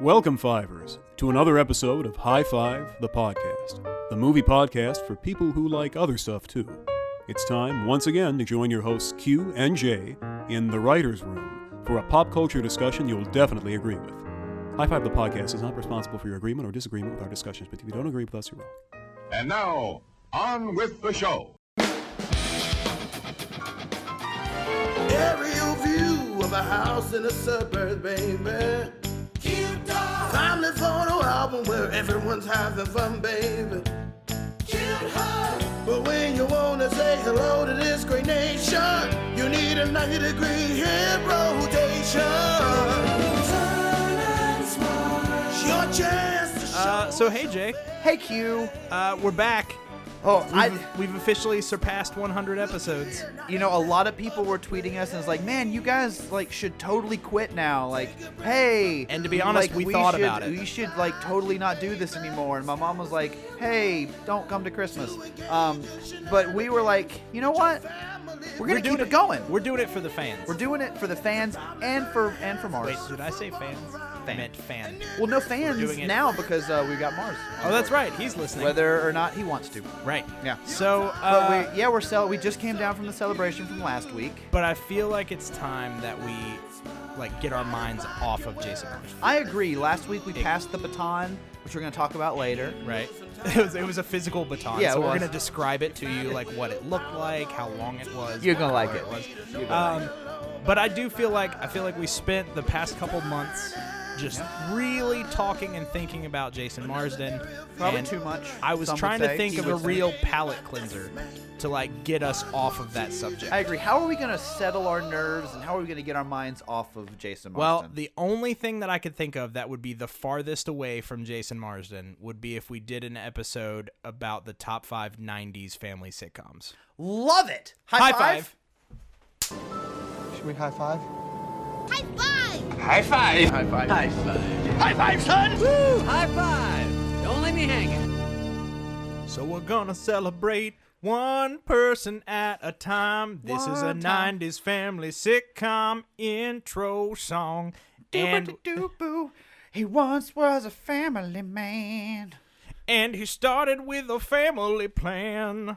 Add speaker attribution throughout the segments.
Speaker 1: Welcome, Fivers, to another episode of High Five, the podcast, the movie podcast for people who like other stuff too. It's time once again to join your hosts Q and J in the writer's room for a pop culture discussion you'll definitely agree with. High Five, the podcast, is not responsible for your agreement or disagreement with our discussions, but if you don't agree with us, you're wrong.
Speaker 2: And now, on with the show.
Speaker 3: Aerial view of a house in a suburb, baby. Cute dog. Family photo album where everyone's having fun, baby. Cute hug. But when you wanna say hello to this great nation, you need a 90 degree hip rotation. Turn and smile. It's your chance to shine.
Speaker 4: Uh, so hey Jay,
Speaker 5: Hey Q.
Speaker 4: uh, we're back.
Speaker 5: Oh,
Speaker 4: We've,
Speaker 5: I.
Speaker 4: we've officially surpassed 100 episodes.
Speaker 5: You know, a lot of people were tweeting us and was like, "Man, you guys like should totally quit now." Like, hey.
Speaker 4: And to be honest,
Speaker 5: like,
Speaker 4: we thought
Speaker 5: should,
Speaker 4: about it.
Speaker 5: We should like totally not do this anymore. And my mom was like, "Hey, don't come to Christmas." Um, but we were like, you know what? We're gonna keep it going.
Speaker 4: We're doing it for the fans.
Speaker 5: We're doing it for the fans and for and for Mars.
Speaker 4: Wait, did I say fans? I meant fan.
Speaker 5: well, no fans
Speaker 4: doing it-
Speaker 5: now because uh, we got Mars.
Speaker 4: Oh, that's right. He's listening.
Speaker 5: Whether or not he wants to.
Speaker 4: right.
Speaker 5: Yeah.
Speaker 4: So,
Speaker 5: But
Speaker 4: uh, but,
Speaker 5: we, yeah, we're sell. We just came down from the celebration from last week.
Speaker 4: I feel like it's time that we like get our minds off of Jason Mars.
Speaker 5: I agree. Last week we passed the baton, which we're going to talk about later.
Speaker 4: Right. It was, it was a physical baton.
Speaker 5: Yeah, it
Speaker 4: so we're
Speaker 5: was.
Speaker 4: gonna describe it to you, like what it looked like, how long it was.
Speaker 5: You're gonna like
Speaker 4: where
Speaker 5: it.
Speaker 4: was.
Speaker 5: You're gonna
Speaker 4: Um, but I do feel like I feel like we spent the past couple months just really talking and thinking about Jason Marsden.
Speaker 5: Probably
Speaker 4: and
Speaker 5: too much,
Speaker 4: I was
Speaker 5: some would
Speaker 4: trying to
Speaker 5: say.
Speaker 4: think
Speaker 5: He
Speaker 4: of a
Speaker 5: would say.
Speaker 4: real palate cleanser to like get us off of that subject.
Speaker 5: I agree. How are we going to settle our nerves and how are we going to get our minds off of Jason
Speaker 4: well,
Speaker 5: Marsden?
Speaker 4: the only thing that I could think of that would be the farthest away from Jason Marsden would be if we did an episode about the top five '90s family sitcoms.
Speaker 5: love it.
Speaker 4: High
Speaker 5: High,
Speaker 4: five.
Speaker 5: Should we high five?
Speaker 6: High five!
Speaker 4: So we're gonna celebrate one person at a time. This is a
Speaker 5: One time.
Speaker 4: 90s family sitcom intro song. And,
Speaker 5: boo. He once was a family man,
Speaker 4: and he started with a family plan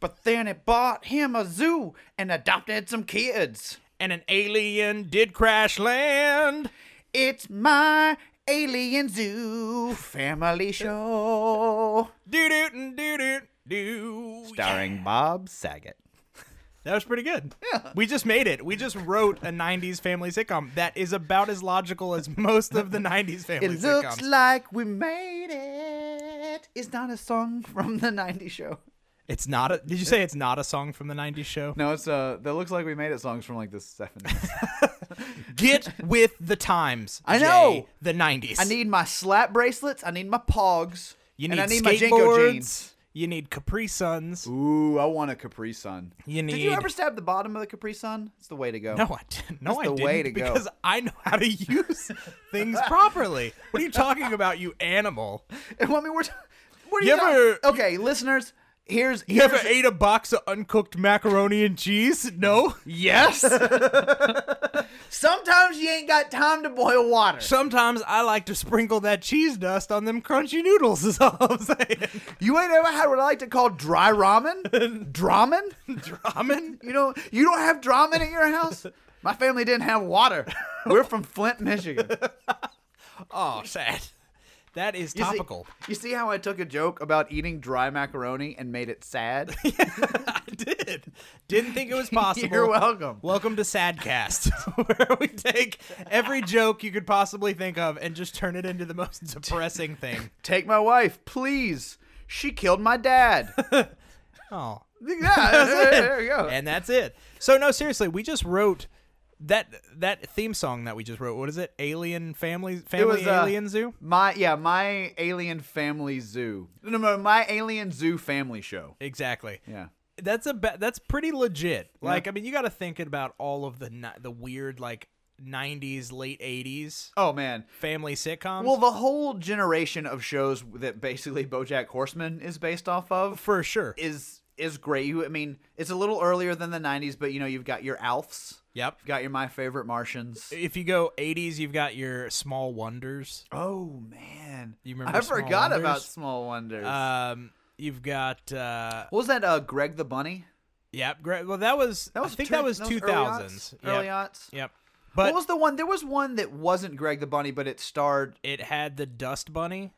Speaker 5: but then he bought him a zoo and adopted some kids.
Speaker 4: and an alien did crash land.
Speaker 5: It's my alien zoo family show.
Speaker 4: Doo doo doo doo doo.
Speaker 5: Starring Bob Saget.
Speaker 4: That was pretty good. Yeah. We just made it. We just wrote a 90s family sitcom that is about as logical as most of the 90s family
Speaker 5: It
Speaker 4: sitcoms.
Speaker 5: looks like we made it. It's not a song from the 90s show.
Speaker 4: it's not a Did you say it's not a song from the 90s show?
Speaker 5: No, it's uh the looks like we made it songs from like the 70s.
Speaker 4: Get with the times.
Speaker 5: I
Speaker 4: Jay.
Speaker 5: know.
Speaker 4: the nineties.
Speaker 5: I need my slap bracelets, I need my pogs,
Speaker 4: you need
Speaker 5: and I need my
Speaker 4: skateboards.
Speaker 5: Jenko jeans.
Speaker 4: You need Capri Suns.
Speaker 5: Ooh, I want a Capri Sun.
Speaker 4: You need.
Speaker 5: Did you ever stab the bottom of the Capri Sun? It's the way to go.
Speaker 4: No, I didn't. No,
Speaker 5: That's
Speaker 4: I
Speaker 5: the
Speaker 4: didn't.
Speaker 5: way to go.
Speaker 4: because I know how to use things properly. What are you talking about, you animal?
Speaker 5: And I mean, we're t- what are
Speaker 4: You
Speaker 5: you,
Speaker 4: ever-
Speaker 5: talking- Okay, listeners, here's
Speaker 4: You ever
Speaker 5: here's-
Speaker 4: ate a box of uncooked macaroni and cheese? No.
Speaker 5: Yes. Sometimes you ain't got time to boil water.
Speaker 4: Sometimes I like to sprinkle that cheese dust on them crunchy noodles. Is all I'm saying.
Speaker 5: You ain't ever had what I like to call dry ramen? Dramen?
Speaker 4: Ramen.
Speaker 5: You don't you don't have dramen at your house? My family didn't have water. We're from Flint, Michigan.
Speaker 4: Oh, sad. That is
Speaker 5: You see-
Speaker 4: topical.
Speaker 5: You see, how I took a joke about eating dry macaroni and made it sad?
Speaker 4: I did. Didn't think it was possible.
Speaker 5: You're welcome.
Speaker 4: Welcome to Sadcast, where we take every joke you could possibly think of and just turn it into the most depressing thing.
Speaker 5: Take my wife, please. She killed my dad.
Speaker 4: Oh.
Speaker 5: yeah,
Speaker 4: That's it.
Speaker 5: there you go.
Speaker 4: And that's it. So no, seriously, we just wrote that that theme song that we just wrote. What is it? Alien Family Family
Speaker 5: was, uh,
Speaker 4: Alien Zoo?
Speaker 5: my yeah, my alien family zoo. No, no, my alien zoo family show.
Speaker 4: Exactly.
Speaker 5: Yeah.
Speaker 4: That's a ba- that's pretty legit. Like I mean, you got to think about all of the ni- the weird like 90s late 80s
Speaker 5: Oh man.
Speaker 4: family sitcoms.
Speaker 5: Well, the whole generation of shows that basically BoJack Horseman is based off of
Speaker 4: for sure.
Speaker 5: is is great. You, I mean, it's a little earlier than the '90s, but you know, you've got your Alfs,
Speaker 4: Yep.
Speaker 5: You've got your My Favorite Martians.
Speaker 4: If you go 80s, you've got your Small Wonders.
Speaker 5: Oh man,
Speaker 4: You remember
Speaker 5: I
Speaker 4: Small
Speaker 5: forgot
Speaker 4: Wonders?
Speaker 5: about Small Wonders.
Speaker 4: Um, you've got uh,
Speaker 5: what was that? Uh, Greg the Bunny.
Speaker 4: yep. Great. Well, that was,
Speaker 5: That was
Speaker 4: I think
Speaker 5: two-
Speaker 4: that was
Speaker 5: early
Speaker 4: 2000s.
Speaker 5: aughts? Early
Speaker 4: yep.
Speaker 5: aughts.
Speaker 4: Yep. But
Speaker 5: what was the one? There was one that wasn't Greg the Bunny, but it starred.
Speaker 4: it had the Dust Bunny.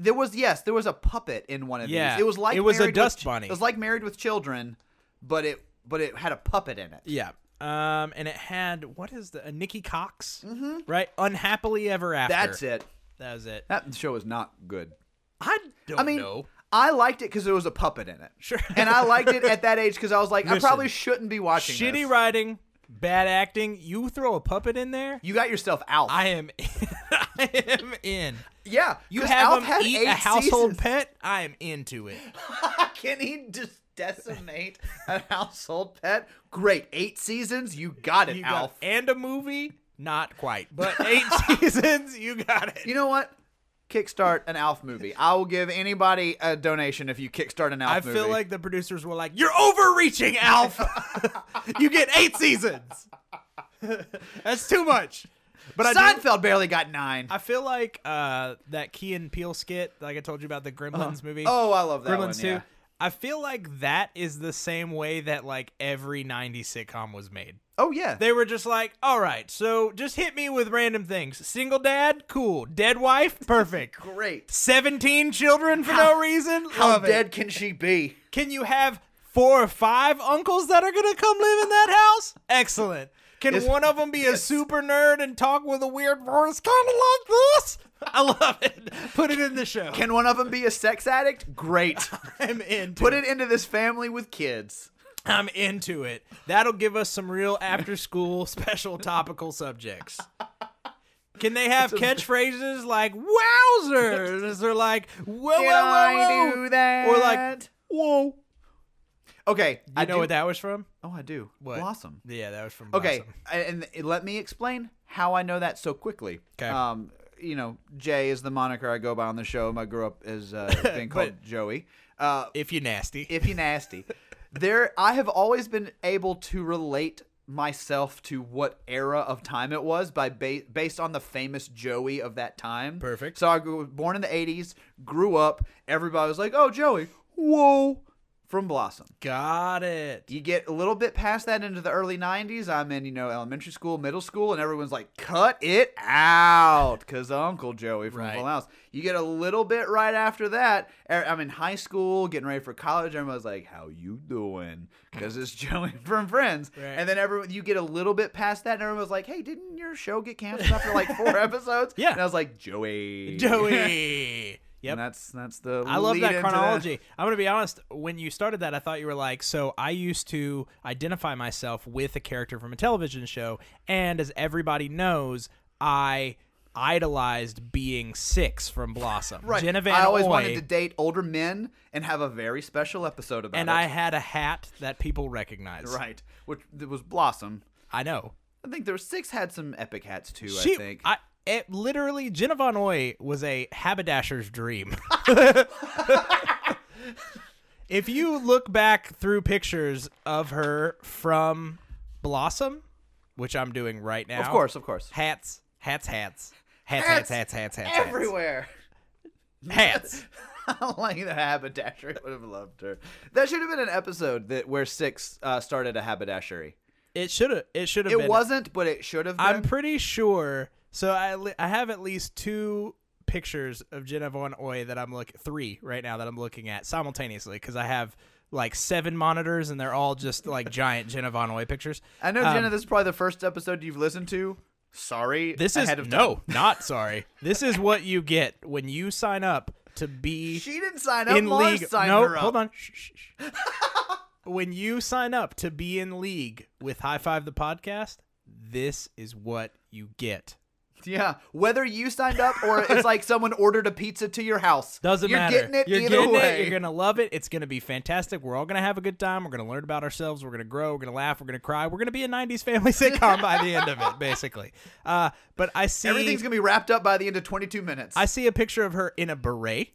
Speaker 5: There was yes, there was a puppet in one of
Speaker 4: Yeah.
Speaker 5: these. It was like
Speaker 4: It was a
Speaker 5: Married with
Speaker 4: dust
Speaker 5: Ch-
Speaker 4: bunny.
Speaker 5: It was like Married with Children, but it but it had a puppet in it.
Speaker 4: Yeah. Um, and it had what is the uh, Nikki Cox? Mm-hmm. Right. Unhappily Ever After.
Speaker 5: That's it.
Speaker 4: That was it.
Speaker 5: That show is not good.
Speaker 4: I don't
Speaker 5: I mean,
Speaker 4: know.
Speaker 5: I liked it because there was a puppet in it.
Speaker 4: Sure.
Speaker 5: And I liked it at that age because I was like, I
Speaker 4: Listen.
Speaker 5: probably shouldn't be watching
Speaker 4: Shitty
Speaker 5: this.
Speaker 4: writing, bad acting. You throw a puppet in there.
Speaker 5: You got yourself out.
Speaker 4: I am. I am in.
Speaker 5: yeah.
Speaker 4: You
Speaker 5: 'cause
Speaker 4: have
Speaker 5: Alf
Speaker 4: him
Speaker 5: had
Speaker 4: eat
Speaker 5: eight
Speaker 4: a household
Speaker 5: seasons.
Speaker 4: pet. I am into it.
Speaker 5: Can he just decimate a household pet? Great. Eight seasons. You got it,
Speaker 4: You got,
Speaker 5: Alf.
Speaker 4: and a movie, not quite, but eight seasons. You got it.
Speaker 5: you know what? Kickstart an Alf movie. I will give anybody a donation if you kickstart an Alf
Speaker 4: I
Speaker 5: movie.
Speaker 4: feel like the producers were like, "You're overreaching, Alf. you get eight seasons. That's too much." But I, do,
Speaker 5: Seinfeld barely got nine.
Speaker 4: I feel like uh, that Key and Peele skit, like I told you about the Gremlins movie.
Speaker 5: oh, I love that one.
Speaker 4: Gremlins
Speaker 5: yeah.
Speaker 4: Two. I feel like that is the same way that like every '90s sitcom was made.
Speaker 5: Oh, yeah.
Speaker 4: They were just like, "All right, so just hit me with random things. Single dad, cool. Dead wife, perfect.
Speaker 5: Great.
Speaker 4: 17 children for no reason.
Speaker 5: How
Speaker 4: Love it.
Speaker 5: dead can she be?
Speaker 4: Can you have four or five uncles that are going to come live in that house? Excellent. Can
Speaker 5: Yes.
Speaker 4: one of them be a super nerd and talk with a weird voice kind of like this? I love it. Put it in the show.
Speaker 5: Can one of them be a sex addict? Great.
Speaker 4: I'm into
Speaker 5: Put it into this family with kids.
Speaker 4: I'm into it. That'll give us some real after school special topical subjects. Can they have catchphrases like wowzers or like whoa whoa
Speaker 5: Can
Speaker 4: whoa,
Speaker 5: I
Speaker 4: whoa,"
Speaker 5: do that?
Speaker 4: or like whoa?
Speaker 5: Okay,
Speaker 4: I
Speaker 5: I
Speaker 4: know
Speaker 5: do,
Speaker 4: what that was from.
Speaker 5: Oh, I do.
Speaker 4: What?
Speaker 5: Blossom.
Speaker 4: Yeah, that was from.
Speaker 5: Okay,
Speaker 4: Blossom.
Speaker 5: I- and th- let me explain how I know that so quickly.
Speaker 4: 'Kay.
Speaker 5: Um, you know, Jay is the moniker I go by on the show. I grew up as uh, being called Joey. Uh,
Speaker 4: If you nasty.
Speaker 5: if you nasty, there I have always been able to relate myself to what era of time it was by ba- based on the famous Joey of that time.
Speaker 4: Perfect.
Speaker 5: So I grew, born in the '80s, grew up. Everybody was like, "Oh, Joey, whoa!" From Blossom.
Speaker 4: Got it.
Speaker 5: You get a little bit past that into the early 90s. I'm in, you know, elementary school, middle school, and everyone's like, cut it out because Uncle Joey from
Speaker 4: Right.
Speaker 5: Full House. You get a little bit right after that. er, I'm in high school, getting ready for college. Everyone's like, how you doing? Because it's Joey from Friends.
Speaker 4: Right.
Speaker 5: And then everyone, you get a little bit past that, and everyone's like, hey, didn't your show get canceled after like four episodes?
Speaker 4: Yeah.
Speaker 5: And I was like, Joey.
Speaker 4: Joey.
Speaker 5: And
Speaker 4: Yep.
Speaker 5: that's, that's the
Speaker 4: I love
Speaker 5: lead
Speaker 4: that
Speaker 5: into the-
Speaker 4: chronology. I'm going to be honest. When you started that, I thought you were like, so I used to identify myself with a character from a television show. And as everybody knows, I idolized being six from Blossom.
Speaker 5: Right.
Speaker 4: Genevieve
Speaker 5: I always
Speaker 4: Oy,
Speaker 5: wanted to date older men and have a very special episode about
Speaker 4: And
Speaker 5: it.
Speaker 4: I had a hat that people recognized.
Speaker 5: right, which there was Blossom.
Speaker 4: I know.
Speaker 5: I think there were six had some epic hats too. I think
Speaker 4: I it literally Jenna Von Oy was a haberdasher's dream. if you look back through pictures of her from Blossom, which I'm doing right now,
Speaker 5: of course, of course,
Speaker 4: hats, hats, hats, hats, hats,
Speaker 5: Hats
Speaker 4: hats, hats, hats,
Speaker 5: everywhere.
Speaker 4: hats.
Speaker 5: I like the haberdashery. Would have loved her. That should have been an episode that where six uh, started a haberdashery.
Speaker 4: It should have. It should have.
Speaker 5: It
Speaker 4: been.
Speaker 5: wasn't, but it should have. Been.
Speaker 4: I'm pretty sure. So I li- I have at least two pictures of Jenna Von Oy that I'm look three right now that I'm looking at simultaneously because I have like seven monitors and they're all just like giant Jenna Von Oy pictures.
Speaker 5: I know,
Speaker 4: Um,
Speaker 5: Jenna. This is probably the first episode you've listened to. Sorry,
Speaker 4: This is
Speaker 5: ahead of
Speaker 4: no,
Speaker 5: time.
Speaker 4: not sorry. This is what you get when you sign up to be
Speaker 5: She didn't sign up.
Speaker 4: in
Speaker 5: Lars
Speaker 4: league.
Speaker 5: signed
Speaker 4: no,
Speaker 5: her up.
Speaker 4: hold on. Shh, shh, shh. when you sign up to be in league with High Five the podcast, this is what you get.
Speaker 5: Yeah, whether you signed up or it's like someone ordered a pizza to your house.
Speaker 4: Doesn't
Speaker 5: you're
Speaker 4: matter.
Speaker 5: Getting it
Speaker 4: you're
Speaker 5: either
Speaker 4: getting it.
Speaker 5: way.
Speaker 4: You're gonna love it. It's gonna be fantastic. We're all gonna have a good time. We're gonna learn about ourselves. We're gonna grow. We're gonna laugh. We're gonna cry. We're gonna be a '90s family sitcom by the end of it, basically. Uh, but I see
Speaker 5: Everything's gonna be wrapped up by the end of 22 minutes.
Speaker 4: I see a picture of her in a beret.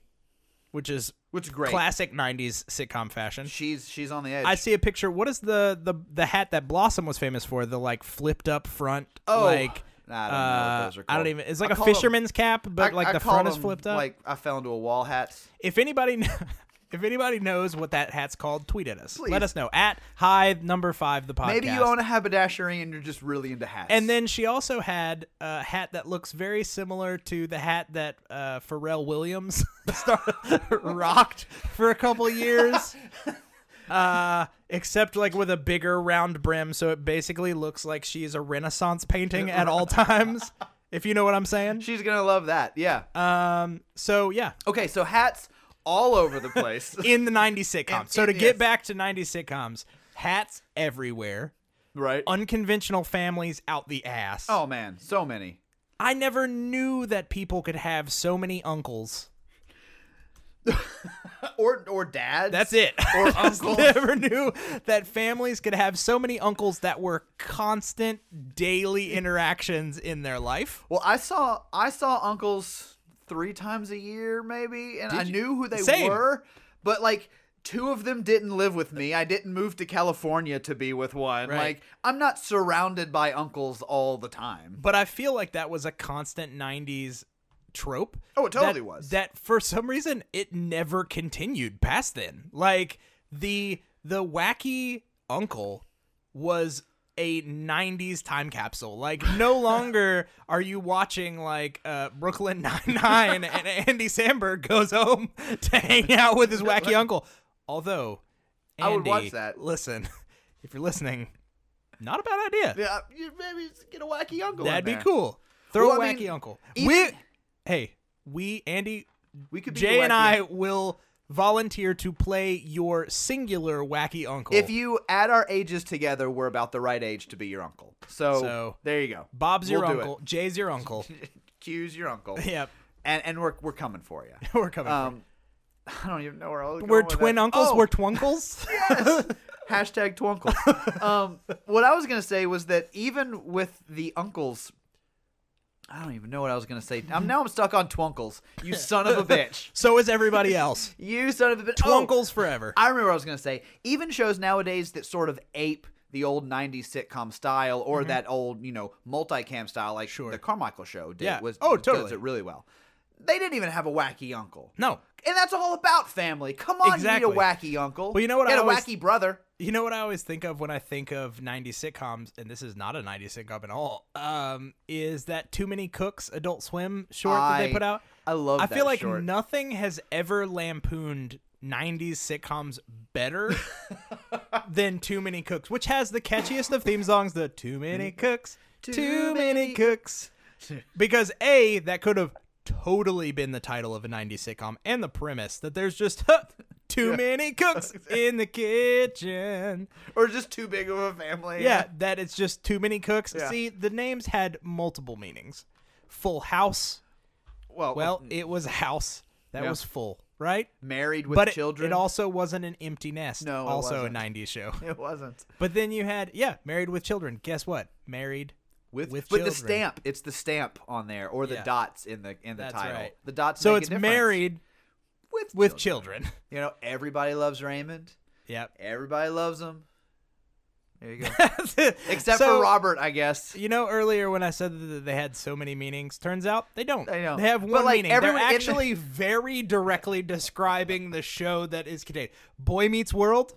Speaker 4: which is
Speaker 5: Which is great.
Speaker 4: classic '90s sitcom fashion.
Speaker 5: She's she's on the edge.
Speaker 4: I see a picture. What is the the the hat that Blossom was famous for? The like flipped up front.
Speaker 5: Oh,
Speaker 4: like
Speaker 5: I don't know what
Speaker 4: uh,
Speaker 5: those are
Speaker 4: I don't
Speaker 5: called.
Speaker 4: even. It's
Speaker 5: I
Speaker 4: like a
Speaker 5: call 'em-
Speaker 4: fisherman's cap,
Speaker 5: I-
Speaker 4: but like
Speaker 5: I
Speaker 4: the
Speaker 5: call
Speaker 4: front is
Speaker 5: them,
Speaker 4: flipped up.
Speaker 5: Like I fell into a wall. Hats.
Speaker 4: if anybody kn- if anybody knows what that hat's called, tweet at us.
Speaker 5: Please.
Speaker 4: Let us know at high number five the podcast.
Speaker 5: Maybe you own a haberdashery and you're just really into hats.
Speaker 4: And then she also had a hat that looks very similar to the hat that uh, Pharrell Williams star- rocked for a couple years. Uh, except like with a bigger round brim, so it basically looks like she's a Renaissance painting at all times. If you know what I'm saying.
Speaker 5: she's gonna love that. Yeah.
Speaker 4: Um. So yeah,
Speaker 5: okay, so hats all over the place.
Speaker 4: in the '90s
Speaker 5: In-
Speaker 4: sitcoms. So to
Speaker 5: in- yes.
Speaker 4: get back to '90s sitcoms, hats everywhere,
Speaker 5: right.
Speaker 4: unconventional families out the ass.
Speaker 5: oh man, so many.
Speaker 4: I never knew that people could have so many uncles.
Speaker 5: Or or dads.
Speaker 4: That's it.
Speaker 5: Or
Speaker 4: I just
Speaker 5: uncles.
Speaker 4: never knew that families could have so many uncles that were constant daily interactions in their life.
Speaker 5: Well, I saw I saw uncles three times a year, maybe, and I knew who they
Speaker 4: Same.
Speaker 5: were, but like two of them didn't live with me. I didn't move to California to be with one.
Speaker 4: Right.
Speaker 5: Like I'm not surrounded by uncles all the time.
Speaker 4: But I feel like that was a constant 90s trope.
Speaker 5: Oh, it totally
Speaker 4: that-
Speaker 5: was.
Speaker 4: That for some reason it never continued past then. Like the the wacky uncle was a 90s time capsule. Like no longer are you watching like uh Brooklyn 99 and Andy Samberg goes home to hang out with his wacky uncle. Although
Speaker 5: I would
Speaker 4: Andy,
Speaker 5: watch that.
Speaker 4: Listen, if you're listening, not a bad idea.
Speaker 5: yeah, you maybe get a wacky uncle. in
Speaker 4: That'd be
Speaker 5: there.
Speaker 4: cool. Throw a
Speaker 5: Well, I
Speaker 4: wacky
Speaker 5: mean,
Speaker 4: uncle. we,
Speaker 5: even-
Speaker 4: hey, we Andy,
Speaker 5: We could be
Speaker 4: Jay,
Speaker 5: the
Speaker 4: and
Speaker 5: wacky
Speaker 4: I
Speaker 5: uncle.
Speaker 4: will volunteer to play your singular wacky uncle.
Speaker 5: If you add our ages together, we're about the right age to be your uncle. So,
Speaker 4: So,
Speaker 5: there you go.
Speaker 4: Bob's your
Speaker 5: We'll do
Speaker 4: uncle, Jay's your uncle.
Speaker 5: it. Q's your uncle.
Speaker 4: yep,
Speaker 5: And and we're we're coming for you.
Speaker 4: we're coming. for
Speaker 5: Um, I don't even know where all
Speaker 4: it. we're twin uncles.
Speaker 5: Oh.
Speaker 4: We're twinkles.
Speaker 5: yes. Hashtag twinkle. Um, what I was gonna say was that even with the uncles, I don't even know what I was gonna say. I'm now I'm stuck on twinkles. You son of a bitch.
Speaker 4: so is everybody else.
Speaker 5: You son of a bitch. Oh,
Speaker 4: Twinkles forever.
Speaker 5: I remember what I was gonna say. Even shows nowadays that sort of ape the old '90s sitcom style or
Speaker 4: Mm-hmm.
Speaker 5: that old you know multicam style, like the Carmichael Show did,
Speaker 4: Yeah.
Speaker 5: was
Speaker 4: Oh,
Speaker 5: does
Speaker 4: totally.
Speaker 5: it really well. They didn't even have a wacky uncle.
Speaker 4: no,
Speaker 5: And that's all about family. Come on, you
Speaker 4: Exactly.
Speaker 5: need a wacky uncle.
Speaker 4: Well, you know what
Speaker 5: Get
Speaker 4: I
Speaker 5: a
Speaker 4: always-
Speaker 5: wacky brother.
Speaker 4: You know what I always think of when I think of 90s sitcoms, and this is not a 90s sitcom at all, um, is that Too Many Cooks Adult Swim short that
Speaker 5: I-
Speaker 4: they put out.
Speaker 5: I love
Speaker 4: I
Speaker 5: that
Speaker 4: feel like
Speaker 5: short.
Speaker 4: nothing has ever lampooned 90s sitcoms better than Too Many Cooks, which has the catchiest of theme songs, the Too Many Cooks, Too, many,
Speaker 5: many-
Speaker 4: Cooks. Because A, that could have totally been the title of a 90s sitcom and the premise that there's just too many cooks in the kitchen.
Speaker 5: Or just too big of a family.
Speaker 4: Yeah, that it's just too many cooks.
Speaker 5: Yeah.
Speaker 4: See, the names had multiple meanings. Full house.
Speaker 5: Well,
Speaker 4: Well, it was a house that
Speaker 5: Oh, mm. Yeah.
Speaker 4: was full, right?
Speaker 5: married with
Speaker 4: but it-
Speaker 5: children.
Speaker 4: It, also wasn't an empty nest.
Speaker 5: No, it
Speaker 4: also
Speaker 5: wasn't.
Speaker 4: a 90s show.
Speaker 5: It wasn't.
Speaker 4: But then you had, yeah, married with children. Guess what? Married
Speaker 5: With,
Speaker 4: with
Speaker 5: but
Speaker 4: children.
Speaker 5: the stamp, it's the stamp on there or the
Speaker 4: Yeah.
Speaker 5: dots in the in the
Speaker 4: That's
Speaker 5: title.
Speaker 4: right.
Speaker 5: The dots
Speaker 4: So
Speaker 5: make a
Speaker 4: it's
Speaker 5: difference.
Speaker 4: married
Speaker 5: with
Speaker 4: with
Speaker 5: children.
Speaker 4: children.
Speaker 5: You know, everybody loves Raymond.
Speaker 4: Yep.
Speaker 5: Everybody loves him. There you go. Except
Speaker 4: Except
Speaker 5: for Robert, I guess.
Speaker 4: You know, earlier when I said that they had so many meanings, turns out they don't.
Speaker 5: They don't.
Speaker 4: have
Speaker 5: But,
Speaker 4: one
Speaker 5: like,
Speaker 4: meaning. They're
Speaker 5: everyone in the-
Speaker 4: actually very directly describing the show that is contained. Boy Meets World,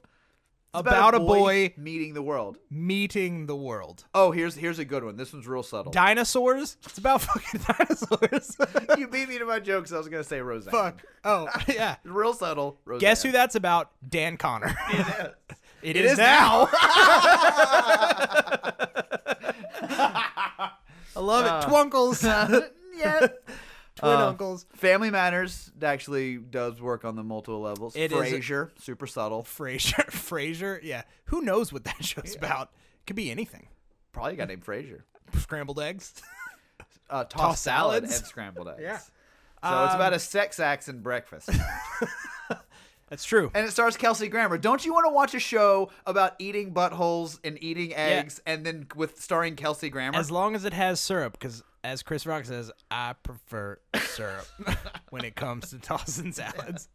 Speaker 5: It's
Speaker 4: about, a boy
Speaker 5: meeting the world.
Speaker 4: meeting the world.
Speaker 5: Oh, here's here's a good one. This one's real subtle.
Speaker 4: Dinosaurs, it's about fucking dinosaurs.
Speaker 5: you beat me to my jokes. I was gonna say Roseanne.
Speaker 4: Fuck. Oh, yeah.
Speaker 5: Real subtle. Roseanne.
Speaker 4: Guess who that's about? Dan Connor. It is,
Speaker 5: is
Speaker 4: now. I love it.
Speaker 5: Uh.
Speaker 4: Twinkles.
Speaker 5: yeah.
Speaker 4: Twin
Speaker 5: Uh,
Speaker 4: uncles.
Speaker 5: Family Matters actually does work on the multiple levels.
Speaker 4: It is-
Speaker 5: Frasier, super subtle.
Speaker 4: Frasier. Frasier. Yeah. Who knows what that show's about? Could be anything.
Speaker 5: Probably got named Frasier.
Speaker 4: Scrambled eggs.
Speaker 5: Uh, tossed salad
Speaker 4: salads. Um,
Speaker 5: and scrambled eggs.
Speaker 4: Yeah.
Speaker 5: So it's about a sex acts and breakfast,
Speaker 4: That's true.
Speaker 5: and it stars Kelsey Grammer. Don't you want to watch a show about eating buttholes and eating eggs, and then with starring Kelsey Grammer?
Speaker 4: As long as it has syrup, because as Chris Rock says, I prefer syrup when it comes to tossing salads.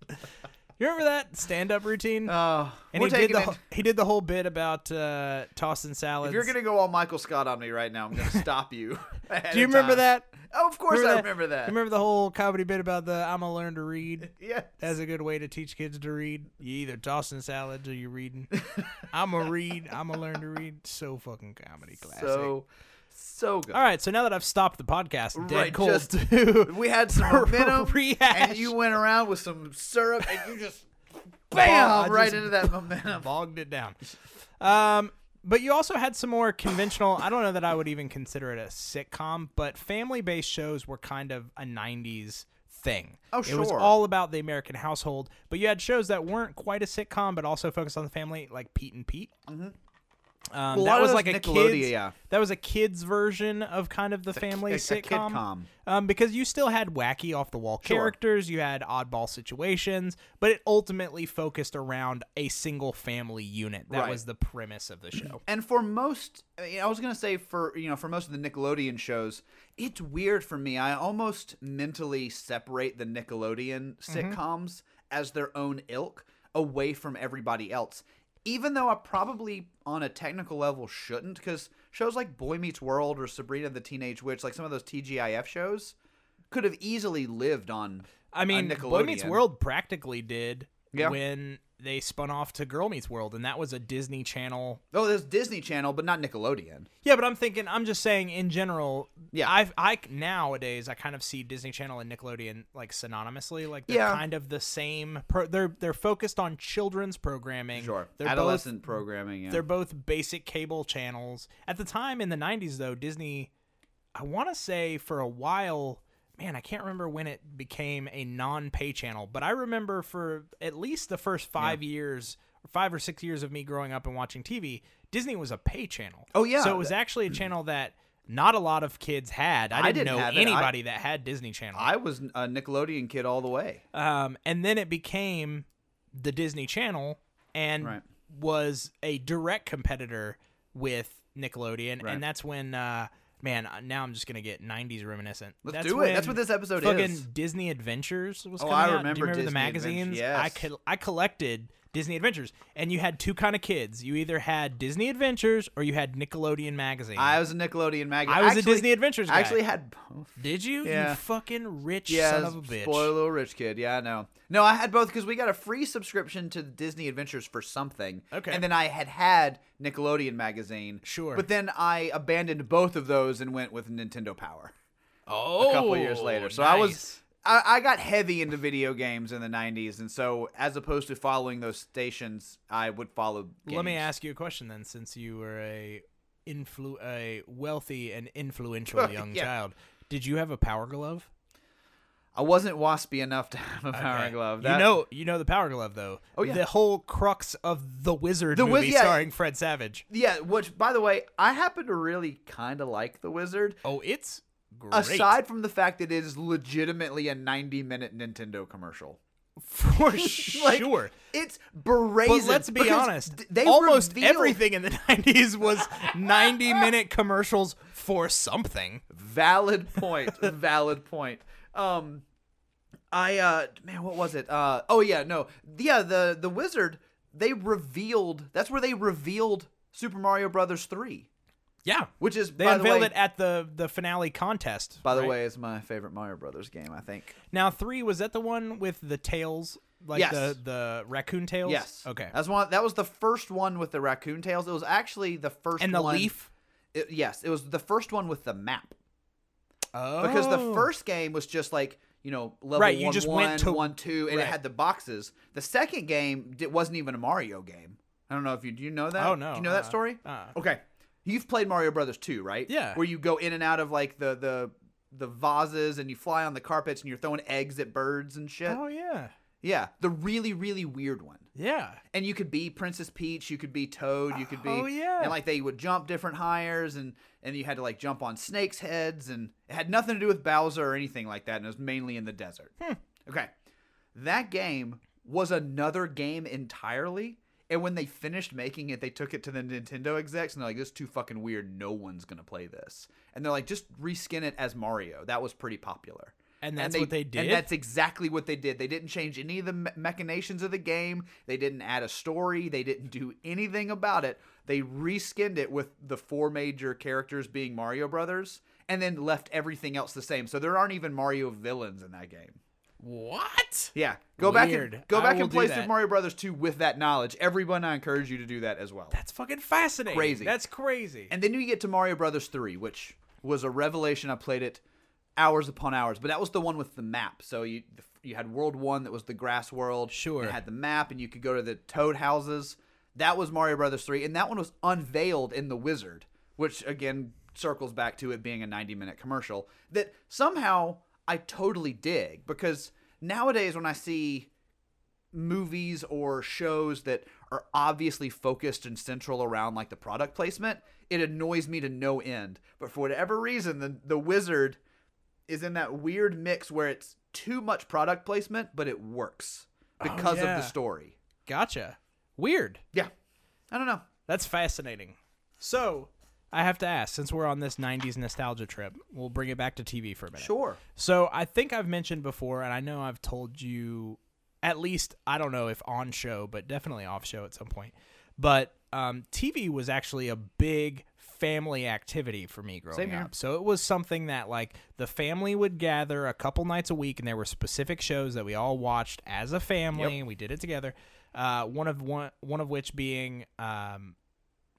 Speaker 4: You remember that stand-up routine?
Speaker 5: Oh,
Speaker 4: and
Speaker 5: we're
Speaker 4: he did
Speaker 5: taking
Speaker 4: the
Speaker 5: it.
Speaker 4: whole- he did the whole bit about uh, tossing salads.
Speaker 5: If you're gonna go all Michael Scott on me right now, I'm gonna stop you. ahead
Speaker 4: Do you
Speaker 5: of
Speaker 4: remember
Speaker 5: time.
Speaker 4: that?
Speaker 5: Oh, of course I
Speaker 4: that?
Speaker 5: remember
Speaker 4: You
Speaker 5: that.
Speaker 4: remember the whole comedy bit about the "I'm gonna learn to read"
Speaker 5: yeah.
Speaker 4: as a good way to teach kids to read. You either tossing salads or you reading. I'm gonna read. I'm gonna learn to read. So fucking comedy classic.
Speaker 5: So, so good.
Speaker 4: All right, so now that I've stopped the podcast, dead
Speaker 5: Right,
Speaker 4: cold
Speaker 5: just-
Speaker 4: too.
Speaker 5: We had some momentum,
Speaker 4: Rehash.
Speaker 5: and you went around with some syrup, and you just
Speaker 4: I
Speaker 5: bam
Speaker 4: just-
Speaker 5: right into that momentum.
Speaker 4: bogged it down. Um, but you also had some more conventional. I don't know that I would even consider it a sitcom, but family-based shows were kind of a '90s thing.
Speaker 5: Oh,
Speaker 4: It was
Speaker 5: sure.
Speaker 4: all about the American household, but you had shows that weren't quite a sitcom, but also focused on the family, like Pete and Pete. Um,
Speaker 5: Mm-hmm. Well, a lot
Speaker 4: that
Speaker 5: of
Speaker 4: was
Speaker 5: those
Speaker 4: like a
Speaker 5: Nickelodeon,
Speaker 4: kids,
Speaker 5: yeah.
Speaker 4: That was a kids version of kind of the family
Speaker 5: a- a
Speaker 4: sitcom.
Speaker 5: kidcom.
Speaker 4: Um, because you still had wacky off the wall characters, you had oddball situations, but it ultimately focused around a single family unit. That
Speaker 5: Right.
Speaker 4: was the premise of the show.
Speaker 5: And for most, I mean, I was gonna say for you know for most of the Nickelodeon shows, it's weird for me. I almost mentally separate the Nickelodeon
Speaker 4: Mm-hmm.
Speaker 5: sitcoms as their own ilk away from everybody else. Even though I probably on a technical level shouldn't, because shows like Boy Meets World or Sabrina the Teenage Witch, like some of those TGIF shows, could have easily lived on.
Speaker 4: I
Speaker 5: a
Speaker 4: mean, Boy Meets
Speaker 5: Nickelodeon.
Speaker 4: World practically did
Speaker 5: Yeah.
Speaker 4: when they spun off to Girl Meets World, and that was a Disney Channel
Speaker 5: Oh, there's Disney Channel, but not Nickelodeon.
Speaker 4: Yeah, but I'm thinking. I'm just saying in general.
Speaker 5: Yeah.
Speaker 4: I I nowadays I kind of see Disney Channel and Nickelodeon like synonymously. Like they're
Speaker 5: Yeah.
Speaker 4: kind of the same. Pro- they're they're focused on children's programming.
Speaker 5: Sure,
Speaker 4: They're
Speaker 5: adolescent programming. Yeah.
Speaker 4: Both, they're both basic cable channels. At the time in the '90s, though, Disney. I want to say for a while. Man, I can't remember when it became a non-pay channel, but I remember for at least the first five years, five or six years of me growing up and watching TV, Disney was a pay channel.
Speaker 5: Oh, yeah.
Speaker 4: so it was was actually a channel that not a lot of kids had. I didn't,
Speaker 5: didn't
Speaker 4: know
Speaker 5: have it. I-
Speaker 4: anybody that had Disney Channel.
Speaker 5: I was a Nickelodeon kid all the way.
Speaker 4: um, and then it became the Disney Channel and
Speaker 5: Right.
Speaker 4: was a direct competitor with Nickelodeon.
Speaker 5: Right.
Speaker 4: And that's when, uh, man, uh, now I'm just gonna get '90s reminiscent.
Speaker 5: Let's
Speaker 4: that's
Speaker 5: do it. That's what this episode
Speaker 4: fucking
Speaker 5: is.
Speaker 4: Disney Adventures was
Speaker 5: Oh,
Speaker 4: coming
Speaker 5: I
Speaker 4: out. Do you
Speaker 5: remember
Speaker 4: remember the
Speaker 5: Disney Adventures.
Speaker 4: magazines? I
Speaker 5: Yes.
Speaker 4: could I collected Disney Adventures, and you had two kind of kids. You either had Disney Adventures or you had Nickelodeon magazine.
Speaker 5: I was a Nickelodeon magazine.
Speaker 4: I was a Disney Adventures guy.
Speaker 5: I actually had both.
Speaker 4: Did you? You
Speaker 5: Yeah.
Speaker 4: fucking rich
Speaker 5: Yeah,
Speaker 4: son of a bitch.
Speaker 5: spoiled little rich kid. Yeah, I know. No, I had both because we got a free subscription to Disney Adventures for something.
Speaker 4: Okay.
Speaker 5: And then I had had Nickelodeon magazine.
Speaker 4: Sure.
Speaker 5: But then I abandoned both of those and went with Nintendo Power
Speaker 4: Oh,
Speaker 5: a couple years later. So I was. I, I got heavy into video games in the 90s, and so as opposed to following those stations, I would follow.
Speaker 4: Let me
Speaker 5: games.
Speaker 4: ask you a question then, since you were a influ- a wealthy and influential young
Speaker 5: Yeah.
Speaker 4: child. Did you have a power glove?
Speaker 5: I wasn't waspy enough to have a power
Speaker 4: Okay.
Speaker 5: glove.
Speaker 4: you
Speaker 5: That-
Speaker 4: know, you know the power glove though.
Speaker 5: Oh, yeah.
Speaker 4: The whole crux of the Wizard
Speaker 5: The
Speaker 4: movie
Speaker 5: Wiz- yeah.
Speaker 4: starring Fred Savage.
Speaker 5: Yeah, which by the way, I happen to really kind of like the Wizard.
Speaker 4: Oh, it's great.
Speaker 5: Aside from the fact that it is legitimately a 90-minute Nintendo commercial.
Speaker 4: for
Speaker 5: Like,
Speaker 4: sure.
Speaker 5: It's brazen.
Speaker 4: But let's be
Speaker 5: because
Speaker 4: honest.
Speaker 5: th- They
Speaker 4: almost
Speaker 5: revealed
Speaker 4: everything in the '90s was 90-minute commercials for something.
Speaker 5: Valid point. valid point. Um, I uh, man, what was it? Uh, oh yeah, no, yeah, the the Wizard. They revealed. That's where they revealed Super Mario Brothers three,
Speaker 4: Yeah,
Speaker 5: which is
Speaker 4: They
Speaker 5: by the
Speaker 4: unveiled
Speaker 5: way,
Speaker 4: it at the the finale contest.
Speaker 5: by the
Speaker 4: right?
Speaker 5: way, is my favorite Mario Brothers game. I think.
Speaker 4: now three was that the one with the tails, like
Speaker 5: Yes.
Speaker 4: the the raccoon tails.
Speaker 5: Yes.
Speaker 4: Okay.
Speaker 5: That's one. That was the first one with the raccoon tails. It was actually the first
Speaker 4: and the
Speaker 5: one-
Speaker 4: leaf.
Speaker 5: it- yes, it was the first one with the map
Speaker 4: Oh.
Speaker 5: because the first game was just like you know level
Speaker 4: Right, you
Speaker 5: one,
Speaker 4: just went
Speaker 5: one,
Speaker 4: to-
Speaker 5: one, two, and
Speaker 4: right.
Speaker 5: it had the boxes. The second game it wasn't even a Mario game. I don't know if you do you know that.
Speaker 4: Oh, no.
Speaker 5: Do you know that
Speaker 4: Uh-uh.
Speaker 5: story?
Speaker 4: Uh-uh.
Speaker 5: Okay, you've played Mario Brothers two, right?
Speaker 4: Yeah.
Speaker 5: Where you go in and out of like the the the vases and you fly on the carpets and you're throwing eggs at birds and shit.
Speaker 4: Oh yeah.
Speaker 5: Yeah, the really really weird one.
Speaker 4: Yeah.
Speaker 5: and you could be Princess Peach, you could be Toad, you could be
Speaker 4: Oh, yeah.
Speaker 5: and like they would jump different hires and and you had to like jump on snakes heads and it had nothing to do with Bowser or anything like that and it was mainly in the
Speaker 4: Hmm.
Speaker 5: desert. Okay. That game was another game entirely And when they finished making it, they took it to the Nintendo execs and they're like, "This is too fucking weird. No one's gonna play this." And they're like, "Just reskin it as Mario." That was pretty popular.
Speaker 4: And that's what they did?
Speaker 5: And that's exactly what they did. They didn't change any of the me- machinations of the game. They didn't add a story. They didn't do anything about it. They reskinned it with the four major characters being Mario Brothers, and then left everything else the same. So there aren't even Mario villains in that game.
Speaker 4: What?
Speaker 5: Yeah, go back and
Speaker 4: Weird.
Speaker 5: go
Speaker 4: I
Speaker 5: back
Speaker 4: will
Speaker 5: and
Speaker 4: do
Speaker 5: play
Speaker 4: that.
Speaker 5: Super Mario Brothers 2 with that knowledge. Everyone, I encourage you to do that as well.
Speaker 4: That's fucking fascinating.
Speaker 5: Crazy.
Speaker 4: That's crazy.
Speaker 5: and then you get to Mario Brothers 3, which was a revelation. I played it hours upon hours, but that was the one with the map. So you you had World 1 that was the grass world.
Speaker 4: Sure.
Speaker 5: and It had the map and you could go to the toad houses. That was Mario Brothers 3 and that one was unveiled in The Wizard, which again circles back to it being a 90-minute commercial that somehow I totally dig because nowadays when I see movies or shows that are obviously focused and central around like the product placement, it annoys me to no end. But for whatever reason, the the wizard is in that weird mix where it's too much product placement, but it works because of
Speaker 4: yeah.
Speaker 5: the story.
Speaker 4: gotcha. Weird.
Speaker 5: Yeah, I don't know.
Speaker 4: That's fascinating. So, I have to ask since we're on this 90s nostalgia trip, we'll bring it back to TV for a minute.
Speaker 5: Sure.
Speaker 4: So, I think I've mentioned before, and I know I've told you at least, I don't know if on show, but definitely off show at some point. But um, TV was actually a big family activity for me growing
Speaker 5: Same here.
Speaker 4: up. So, it was something that, like, the family would gather a couple nights a week, and there were specific shows that we all watched as a family, and we did it together. Uh, one of one, one of which being um,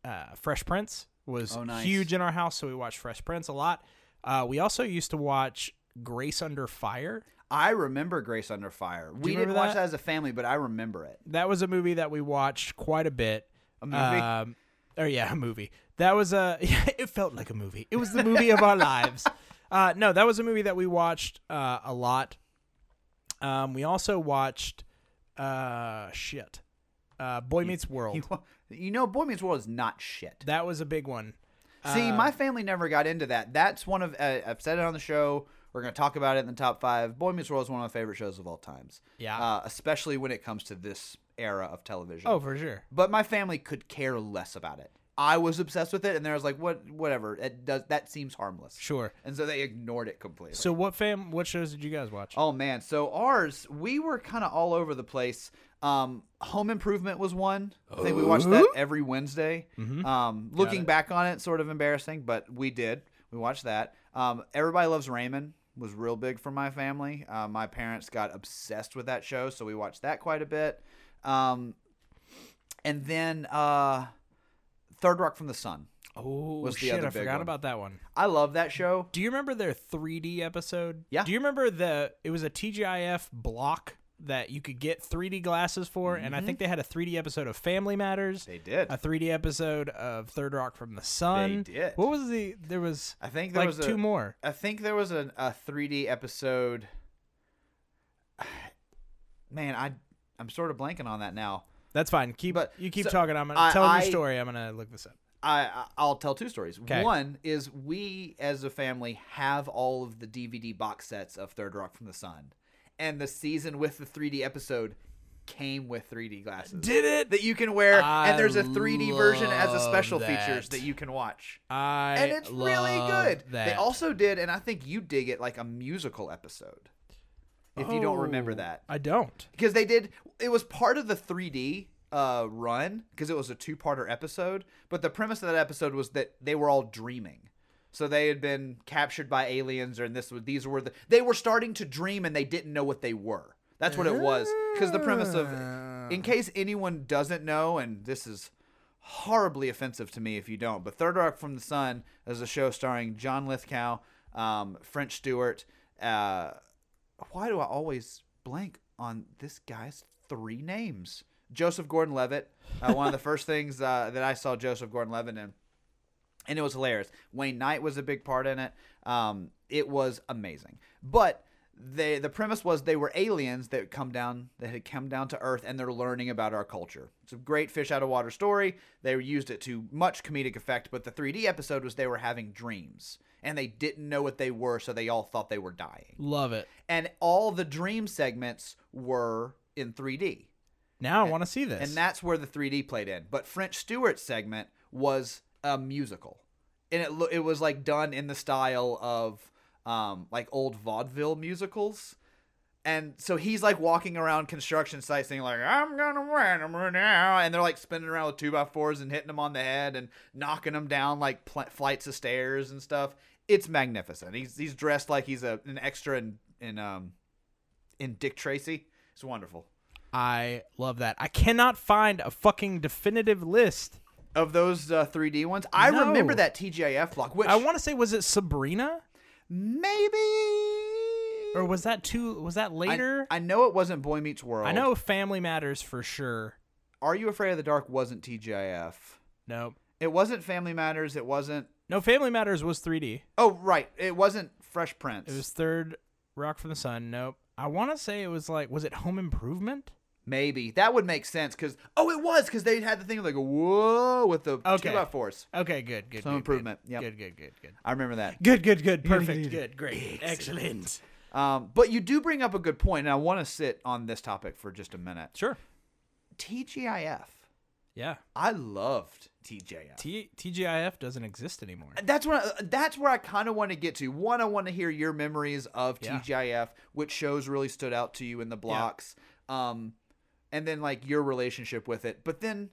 Speaker 4: uh, Fresh Prince was
Speaker 5: Oh, nice.
Speaker 4: huge in our house, so we watched Fresh Prince a lot. Uh, we also used to watch Grace Under Fire.
Speaker 5: I remember Grace Under Fire. We didn't
Speaker 4: remember
Speaker 5: watch
Speaker 4: that?
Speaker 5: that as a family, but I remember it.
Speaker 4: That was a movie that we watched quite a bit. A
Speaker 5: movie?
Speaker 4: Um, or yeah, a movie. That was a. Yeah, it felt like a movie. It was the movie of our lives. Uh, no, that was a movie that we watched uh, a lot. Um, we also watched uh, shit. Uh, Boy Meets World.
Speaker 5: You, you know, Boy Meets World is not shit.
Speaker 4: that was a big one.
Speaker 5: See, my family never got into that. That's one of uh, I've said it on the show. We're going to talk about it in the top five. Boy Meets World is one of my favorite shows of all times.
Speaker 4: Yeah.
Speaker 5: uh, especially when it comes to this era of television.
Speaker 4: Oh, for sure.
Speaker 5: but my family could care less about it. I was obsessed with it, and there was like, what, whatever. It does that seems harmless.
Speaker 4: Sure.
Speaker 5: And so they ignored it completely.
Speaker 4: So what fam? What shows did you guys watch?
Speaker 5: Oh man, so ours we were kind of all over the place. Um, Home Improvement was one. I think we watched that
Speaker 4: Oh.
Speaker 5: every Wednesday.
Speaker 4: Mm-hmm.
Speaker 5: Um, looking back on it, sort of embarrassing, but we did. We watched that. Um, Everybody Loves Raymond was real big for my family. Uh, my parents got obsessed with that show, so we watched that quite a bit. Um, and then uh, Third Rock from the Sun.
Speaker 4: Oh
Speaker 5: was the
Speaker 4: shit!
Speaker 5: other
Speaker 4: I
Speaker 5: big
Speaker 4: forgot
Speaker 5: one.
Speaker 4: about that one.
Speaker 5: I love that show.
Speaker 4: Do you remember their 3D episode?
Speaker 5: Yeah.
Speaker 4: Do you remember the? It was a TGIF block that you could get 3D glasses for, and I think they had a 3D episode of Family Matters.
Speaker 5: Mm-hmm. They did.
Speaker 4: A 3D episode of Third Rock from the Sun.
Speaker 5: They did.
Speaker 4: What was the? There was.
Speaker 5: I think there
Speaker 4: like
Speaker 5: was a-
Speaker 4: two more.
Speaker 5: I think there was an, a 3D episode. Man, I I'm sort of blanking on that now.
Speaker 4: That's fine. Keep
Speaker 5: But-
Speaker 4: you keep
Speaker 5: so,
Speaker 4: talking. I'm gonna
Speaker 5: I-
Speaker 4: tell
Speaker 5: I-
Speaker 4: your story. I'm gonna look this up.
Speaker 5: I I- I'll tell two stories.
Speaker 4: 'Kay.
Speaker 5: One is we as a family have all of the DVD box sets of Third Rock from the Sun, and the season with the 3D episode came with 3D glasses.
Speaker 4: Did it?
Speaker 5: that you can wear,
Speaker 4: I
Speaker 5: and there's a 3D version as a special
Speaker 4: love
Speaker 5: features
Speaker 4: that.
Speaker 5: that you can watch.
Speaker 4: I
Speaker 5: and it's really
Speaker 4: love
Speaker 5: good.
Speaker 4: That.
Speaker 5: They also did, and I think you dig it, like a musical episode. If you don't remember
Speaker 4: Oh,
Speaker 5: that,
Speaker 4: I don't.
Speaker 5: because they did, it was part of the 3D uh, run because it was a two-parter episode. But the premise of that episode was that they were all dreaming. So they had been captured by aliens, or and this was these were the they were starting to dream and they didn't know what they were. That's what it was. Because the premise of, in case anyone doesn't know, and this is horribly offensive to me if you don't. But Third Rock from the Sun is a show starring John Lithgow, um, French Stewart. Uh, why do I always blank on this guy's three names? Joseph Gordon-Levitt. Uh, one of the first things uh, that I saw Joseph Gordon-Levitt in, and it was hilarious. Wayne Knight was a big part in it. Um, it was amazing. But they, the premise was they were aliens that come down that had come down to Earth, and they're learning about our culture. It's a great fish out of water story. They used it to much comedic effect, but the 3D episode was they were having dreams and they didn't know what they were, so they all thought they were dying
Speaker 4: Love it.
Speaker 5: and all the dream segments were in 3D.
Speaker 4: Now I want to see this.
Speaker 5: and that's where the 3D played in. But French Stewart's segment was a musical, and it lo- it was like done in the style of um, like old vaudeville musicals. And so he's like walking around construction sites, saying like "I'm gonna win 'em right now," and they're like spinning around with two by fours and hitting them on the head and knocking them down like pl- flights of stairs and stuff. It's magnificent. He's he's dressed like he's a an extra in in um in Dick Tracy. It's wonderful.
Speaker 4: I love that. I cannot find a fucking definitive list.
Speaker 5: of those uh, 3D ones. I
Speaker 4: No.
Speaker 5: remember that TGIF block, which
Speaker 4: I want to say was it Sabrina
Speaker 5: maybe
Speaker 4: or was that too? Was that
Speaker 5: I-
Speaker 4: later?
Speaker 5: I, know it wasn't Boy Meets World.
Speaker 4: I know Family Matters for sure.
Speaker 5: Are You Afraid of the Dark wasn't TGIF.
Speaker 4: Nope.
Speaker 5: It wasn't Family Matters. It wasn't.
Speaker 4: No, Family Matters was 3D.
Speaker 5: Oh right, it wasn't Fresh Prince.
Speaker 4: It was third Rock from the Sun. Nope. I want to say it was like was it Home Improvement?
Speaker 5: maybe that would make sense because oh, it was because they had the thing like whoa with the
Speaker 4: Okay.
Speaker 5: two by fours.
Speaker 4: Okay, good, good.
Speaker 5: Some
Speaker 4: good,
Speaker 5: improvement,
Speaker 4: Good.
Speaker 5: yep.
Speaker 4: good, good, good, good.
Speaker 5: I remember that.
Speaker 4: Good, good, good. Perfect. Good, great. Excellent.
Speaker 5: Um, but you do bring up a good point, and I want to sit on this topic for just a minute.
Speaker 4: Sure.
Speaker 5: TGIF.
Speaker 4: Yeah.
Speaker 5: I loved TGIF.
Speaker 4: T- TGIF doesn't exist anymore.
Speaker 5: That's what I, that's where I kind of want to get to. One, I want to hear your memories of
Speaker 4: Yeah.
Speaker 5: TGIF, which shows really stood out to you in the blocks, um, and then like your relationship with it. But then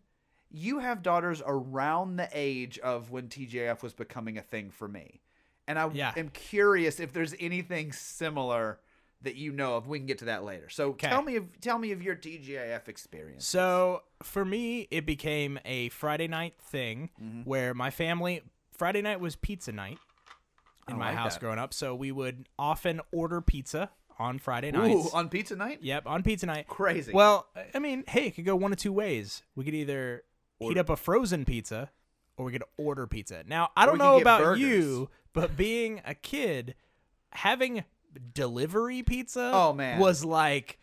Speaker 5: you have daughters around the age of when TGIF was becoming a thing for me, and I
Speaker 4: Yeah.
Speaker 5: am curious if there's anything similar that you know of. We can get to that later. So tell me of tell me of your TGIF experience.
Speaker 4: So for me, it became a Friday night thing
Speaker 5: Mm-hmm.
Speaker 4: where my family Friday night was pizza night in
Speaker 5: I
Speaker 4: my
Speaker 5: like
Speaker 4: house
Speaker 5: that.
Speaker 4: growing up. So we would often order pizza on Friday nights.
Speaker 5: Ooh, on pizza night,
Speaker 4: Yep, on pizza night.
Speaker 5: crazy.
Speaker 4: Well, I mean, hey, it could go one of two ways. We could either heat up a frozen pizza or we could order pizza. Now, I don't
Speaker 5: we could
Speaker 4: know
Speaker 5: get
Speaker 4: about
Speaker 5: burgers.
Speaker 4: you, but being a kid, having delivery pizza
Speaker 5: Oh, man.
Speaker 4: was like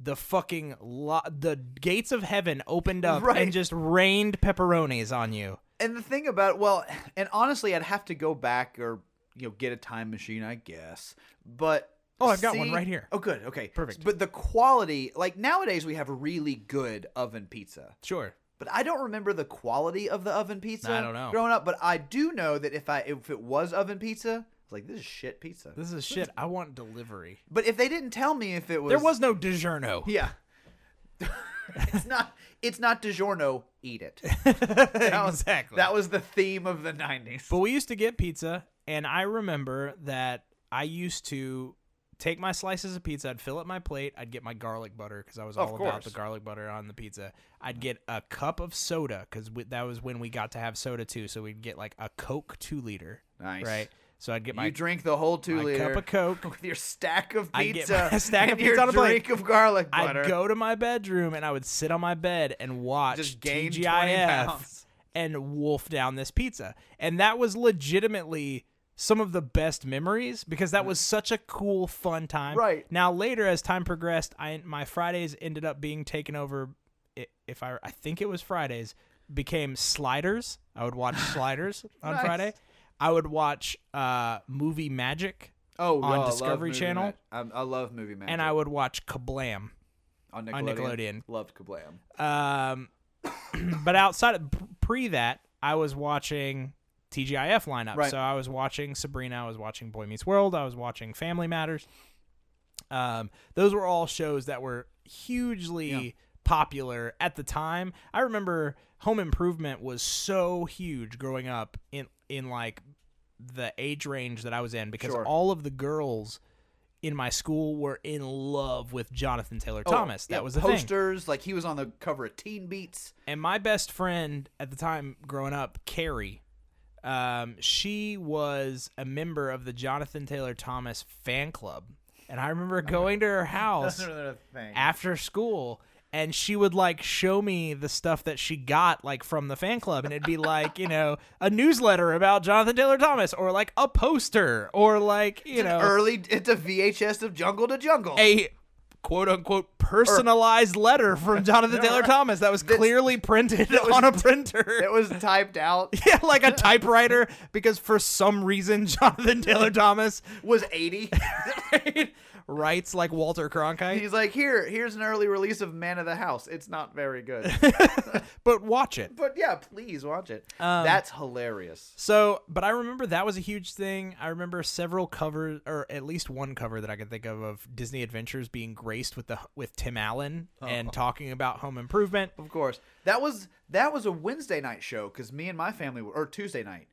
Speaker 4: the fucking lo- the gates of heaven opened up
Speaker 5: Right.
Speaker 4: and just rained pepperonis on you.
Speaker 5: And the thing about well, and honestly, I'd have to go back or you know get a time machine, I guess. But
Speaker 4: Oh, I've got one right here.
Speaker 5: Oh, good. Okay,
Speaker 4: Perfect.
Speaker 5: But the quality, like nowadays, we have really good oven pizza.
Speaker 4: Sure.
Speaker 5: But I don't remember the quality of the oven pizza.
Speaker 4: I don't know.
Speaker 5: Growing up, but I do know that if I if it was oven pizza, I was like this is shit pizza.
Speaker 4: This is shit. I want delivery.
Speaker 5: but if they didn't tell me if it was,
Speaker 4: There was no DiGiorno.
Speaker 5: yeah. it's not. It's not DiGiorno. Eat it. That was-
Speaker 4: exactly.
Speaker 5: That was the theme of the '90s.
Speaker 4: But we used to get pizza, and I remember that I used to take my slices of pizza. I'd fill up my plate. I'd get my garlic butter because I was all about
Speaker 5: course.
Speaker 4: the garlic butter on the pizza. I'd get a cup of soda because that was when we got to have soda too. So we'd get like a Coke two liter.
Speaker 5: Nice.
Speaker 4: Right. So I'd get
Speaker 5: you
Speaker 4: my
Speaker 5: drink the whole two
Speaker 4: my
Speaker 5: liter
Speaker 4: cup of Coke.
Speaker 5: with your stack of
Speaker 4: I get
Speaker 5: pizza,
Speaker 4: my stack of
Speaker 5: and your
Speaker 4: pizza on a plate.
Speaker 5: drink of garlic butter.
Speaker 4: I'd go to my bedroom and I would sit on my bed and watch
Speaker 5: Just gain 20
Speaker 4: TGIF
Speaker 5: pounds.
Speaker 4: and wolf down this pizza. And that was legitimately some of the best memories because that was such a cool, fun time.
Speaker 5: Right.
Speaker 4: Now, later as time progressed, I my Fridays ended up being taken over. i- If I I think it was Fridays became sliders. I would watch sliders on
Speaker 5: Nice.
Speaker 4: Friday. I would watch uh, movie magic,
Speaker 5: oh,
Speaker 4: on
Speaker 5: no, I love
Speaker 4: Discovery
Speaker 5: Movie
Speaker 4: Channel.
Speaker 5: Mag- I'm- I, love movie magic.
Speaker 4: and I would watch Kablam.
Speaker 5: on Nickelodeon,
Speaker 4: on Nickelodeon.
Speaker 5: loved Kablam.
Speaker 4: Um, but outside of pre that, I was watching TGIF lineup.
Speaker 5: Right.
Speaker 4: So I was watching Sabrina. I was watching Boy Meets World. I was watching Family Matters. Um, those were all shows that were hugely popular at the time. I remember Home Improvement was so huge growing up in in like the age range that I was in because
Speaker 5: Sure.
Speaker 4: all of the girls in my school were in love with Jonathan Taylor
Speaker 5: Oh,
Speaker 4: Thomas.
Speaker 5: yeah,
Speaker 4: that was the thing.
Speaker 5: posters. Like he was on the cover of Teen Beats.
Speaker 4: And my best friend at the time growing up, Carrie, um, she was a member of the Jonathan Taylor Thomas fan club. And I remember going to her house after school and she would like show me the stuff that she got like from the fan club and it'd be like you know a newsletter about jonathan taylor thomas or like a poster or like you know
Speaker 5: Early, it's a VHS of Jungle to Jungle.
Speaker 4: a quote unquote personalized letter from Jonathan Taylor Thomas that was clearly printed on a printer.
Speaker 5: it was typed out.
Speaker 4: yeah, like a typewriter, because for some reason Jonathan Taylor Thomas
Speaker 5: Was eighty.
Speaker 4: right, writes like Walter Cronkite,
Speaker 5: He's like, here, here's an early release of Man of the House. It's not very good,
Speaker 4: but watch it.
Speaker 5: but yeah, please watch it.
Speaker 4: Um,
Speaker 5: That's hilarious.
Speaker 4: So, but I remember that was a huge thing. I remember several covers, or at least one cover that I could think of of Disney Adventures being graced with the with Tim Allen
Speaker 5: Oh.
Speaker 4: and talking about Home Improvement.
Speaker 5: Of course, that was that was a Wednesday night show because me and my family were, or Tuesday night,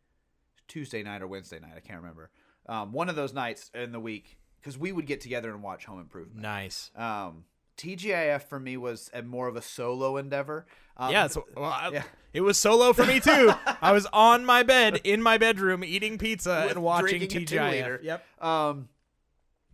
Speaker 5: Tuesday night or Wednesday night, I can't remember. Um, one of those nights in the week because we would get together and watch Home Improvement.
Speaker 4: Nice.
Speaker 5: Um, TGIF for me was a, more of a solo endeavor. Um,
Speaker 4: Yeah, so, well, I,
Speaker 5: yeah.
Speaker 4: it was solo for me too. I was on my bed in my bedroom eating
Speaker 5: uh,
Speaker 4: pizza and watching
Speaker 5: drinking a two liter.
Speaker 4: TGIF. Yep.
Speaker 5: Um,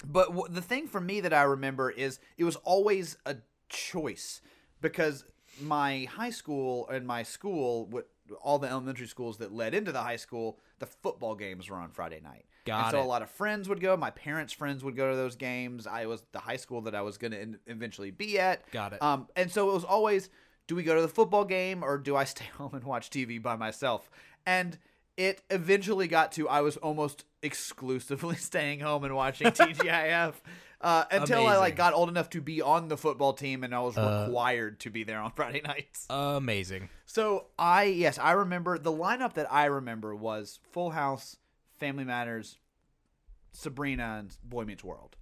Speaker 5: but w- the thing for me that I remember is it was always a choice because my high school and my school, what all the elementary schools that led into the high school, the football games were on Friday night.
Speaker 4: Got
Speaker 5: and so
Speaker 4: it.
Speaker 5: a lot of friends would go. My parents' friends would go to those games. I was the high school that I was going to eventually be at.
Speaker 4: Got it.
Speaker 5: Um, and so it was always, do we go to the football game or do I stay home and watch TV by myself? And it eventually got to I was almost exclusively staying home and watching TGIF uh, until I like
Speaker 4: Amazing. Uh,
Speaker 5: got old enough to be on the football team and I was required to be there on Friday nights.
Speaker 4: Amazing.
Speaker 5: So I yes, I remember the lineup that I remember was Full House, Family Matters, Sabrina, and Boy Meets World.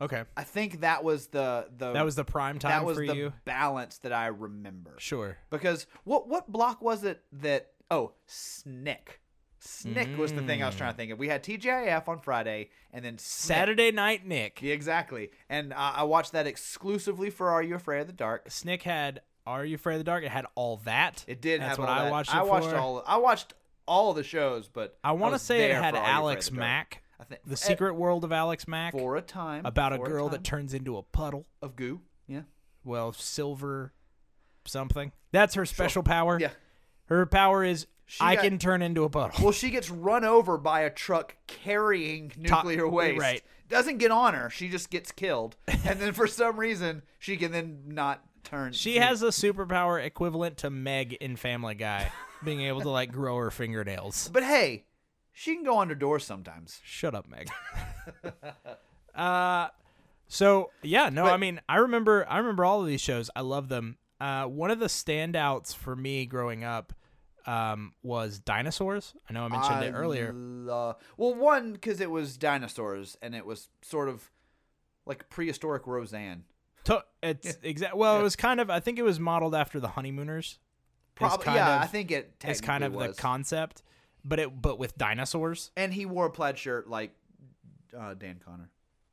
Speaker 4: Okay.
Speaker 5: I think that was the the
Speaker 4: That was the prime time
Speaker 5: that was
Speaker 4: for
Speaker 5: the
Speaker 4: you.
Speaker 5: balance that I remember.
Speaker 4: Sure.
Speaker 5: Because what what block was it that oh Snick. Snick was the thing I was trying to
Speaker 4: Mm.
Speaker 5: think of. We had TGIF on Friday and then Snick.
Speaker 4: Saturday Night Nick.
Speaker 5: Yeah, exactly. And I I watched that exclusively for Are You Afraid of the Dark?
Speaker 4: Snick had Are You Afraid of the Dark? It had all that.
Speaker 5: It did
Speaker 4: That's
Speaker 5: have
Speaker 4: what
Speaker 5: all
Speaker 4: I
Speaker 5: that.
Speaker 4: watched. It
Speaker 5: I watched
Speaker 4: for.
Speaker 5: all. I watched all the shows, but
Speaker 4: I want to
Speaker 5: was
Speaker 4: say it
Speaker 5: there
Speaker 4: had
Speaker 5: for Are You Afraid of
Speaker 4: Alex
Speaker 5: the Dark.
Speaker 4: Mack,
Speaker 5: I think
Speaker 4: The Secret World of Alex Mack,
Speaker 5: for a time
Speaker 4: about a
Speaker 5: for
Speaker 4: girl that
Speaker 5: time,
Speaker 4: turns into a puddle.
Speaker 5: of goo. Yeah.
Speaker 4: Well, silver something. That's her special power.
Speaker 5: Yeah.
Speaker 4: Her power is I
Speaker 5: got-
Speaker 4: can turn into a puddle.
Speaker 5: Well, she gets run over by a truck carrying
Speaker 4: Top-
Speaker 5: nuclear waste.
Speaker 4: right.
Speaker 5: Doesn't get on her. She just gets killed. and then for some reason, she can then not turn.
Speaker 4: She has a superpower equivalent to Meg in Family Guy, being able to like grow her fingernails.
Speaker 5: But hey, she can go under doors sometimes.
Speaker 4: Shut up, Meg. uh so yeah, no, I mean, I remember I remember all of these shows. I love them. Uh one of the standouts for me growing up um was dinosaurs. I know I mentioned it earlier.
Speaker 5: Lo- well, one because it was dinosaurs and it was sort of like prehistoric Roseanne.
Speaker 4: To- it's exact well, it was kind of I think it was modeled after the honeymooners. It's
Speaker 5: Probably,
Speaker 4: kind
Speaker 5: yeah.
Speaker 4: of-
Speaker 5: I think it.
Speaker 4: It's kind of
Speaker 5: technically
Speaker 4: the
Speaker 5: was.
Speaker 4: concept, but it but with dinosaurs.
Speaker 5: And he wore a plaid shirt like uh, Dan Connor.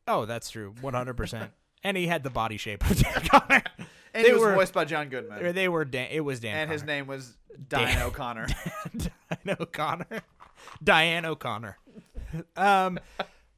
Speaker 4: Oh, that's true, one hundred percent. And he had the body shape of Dan Connor.
Speaker 5: And
Speaker 4: they
Speaker 5: he was
Speaker 4: were
Speaker 5: voiced by John Goodman.
Speaker 4: or they were Dan. It was Dan.
Speaker 5: and
Speaker 4: Connor.
Speaker 5: his name was Dino Connor.
Speaker 4: Diane O'Connor. Diane O'Connor. um,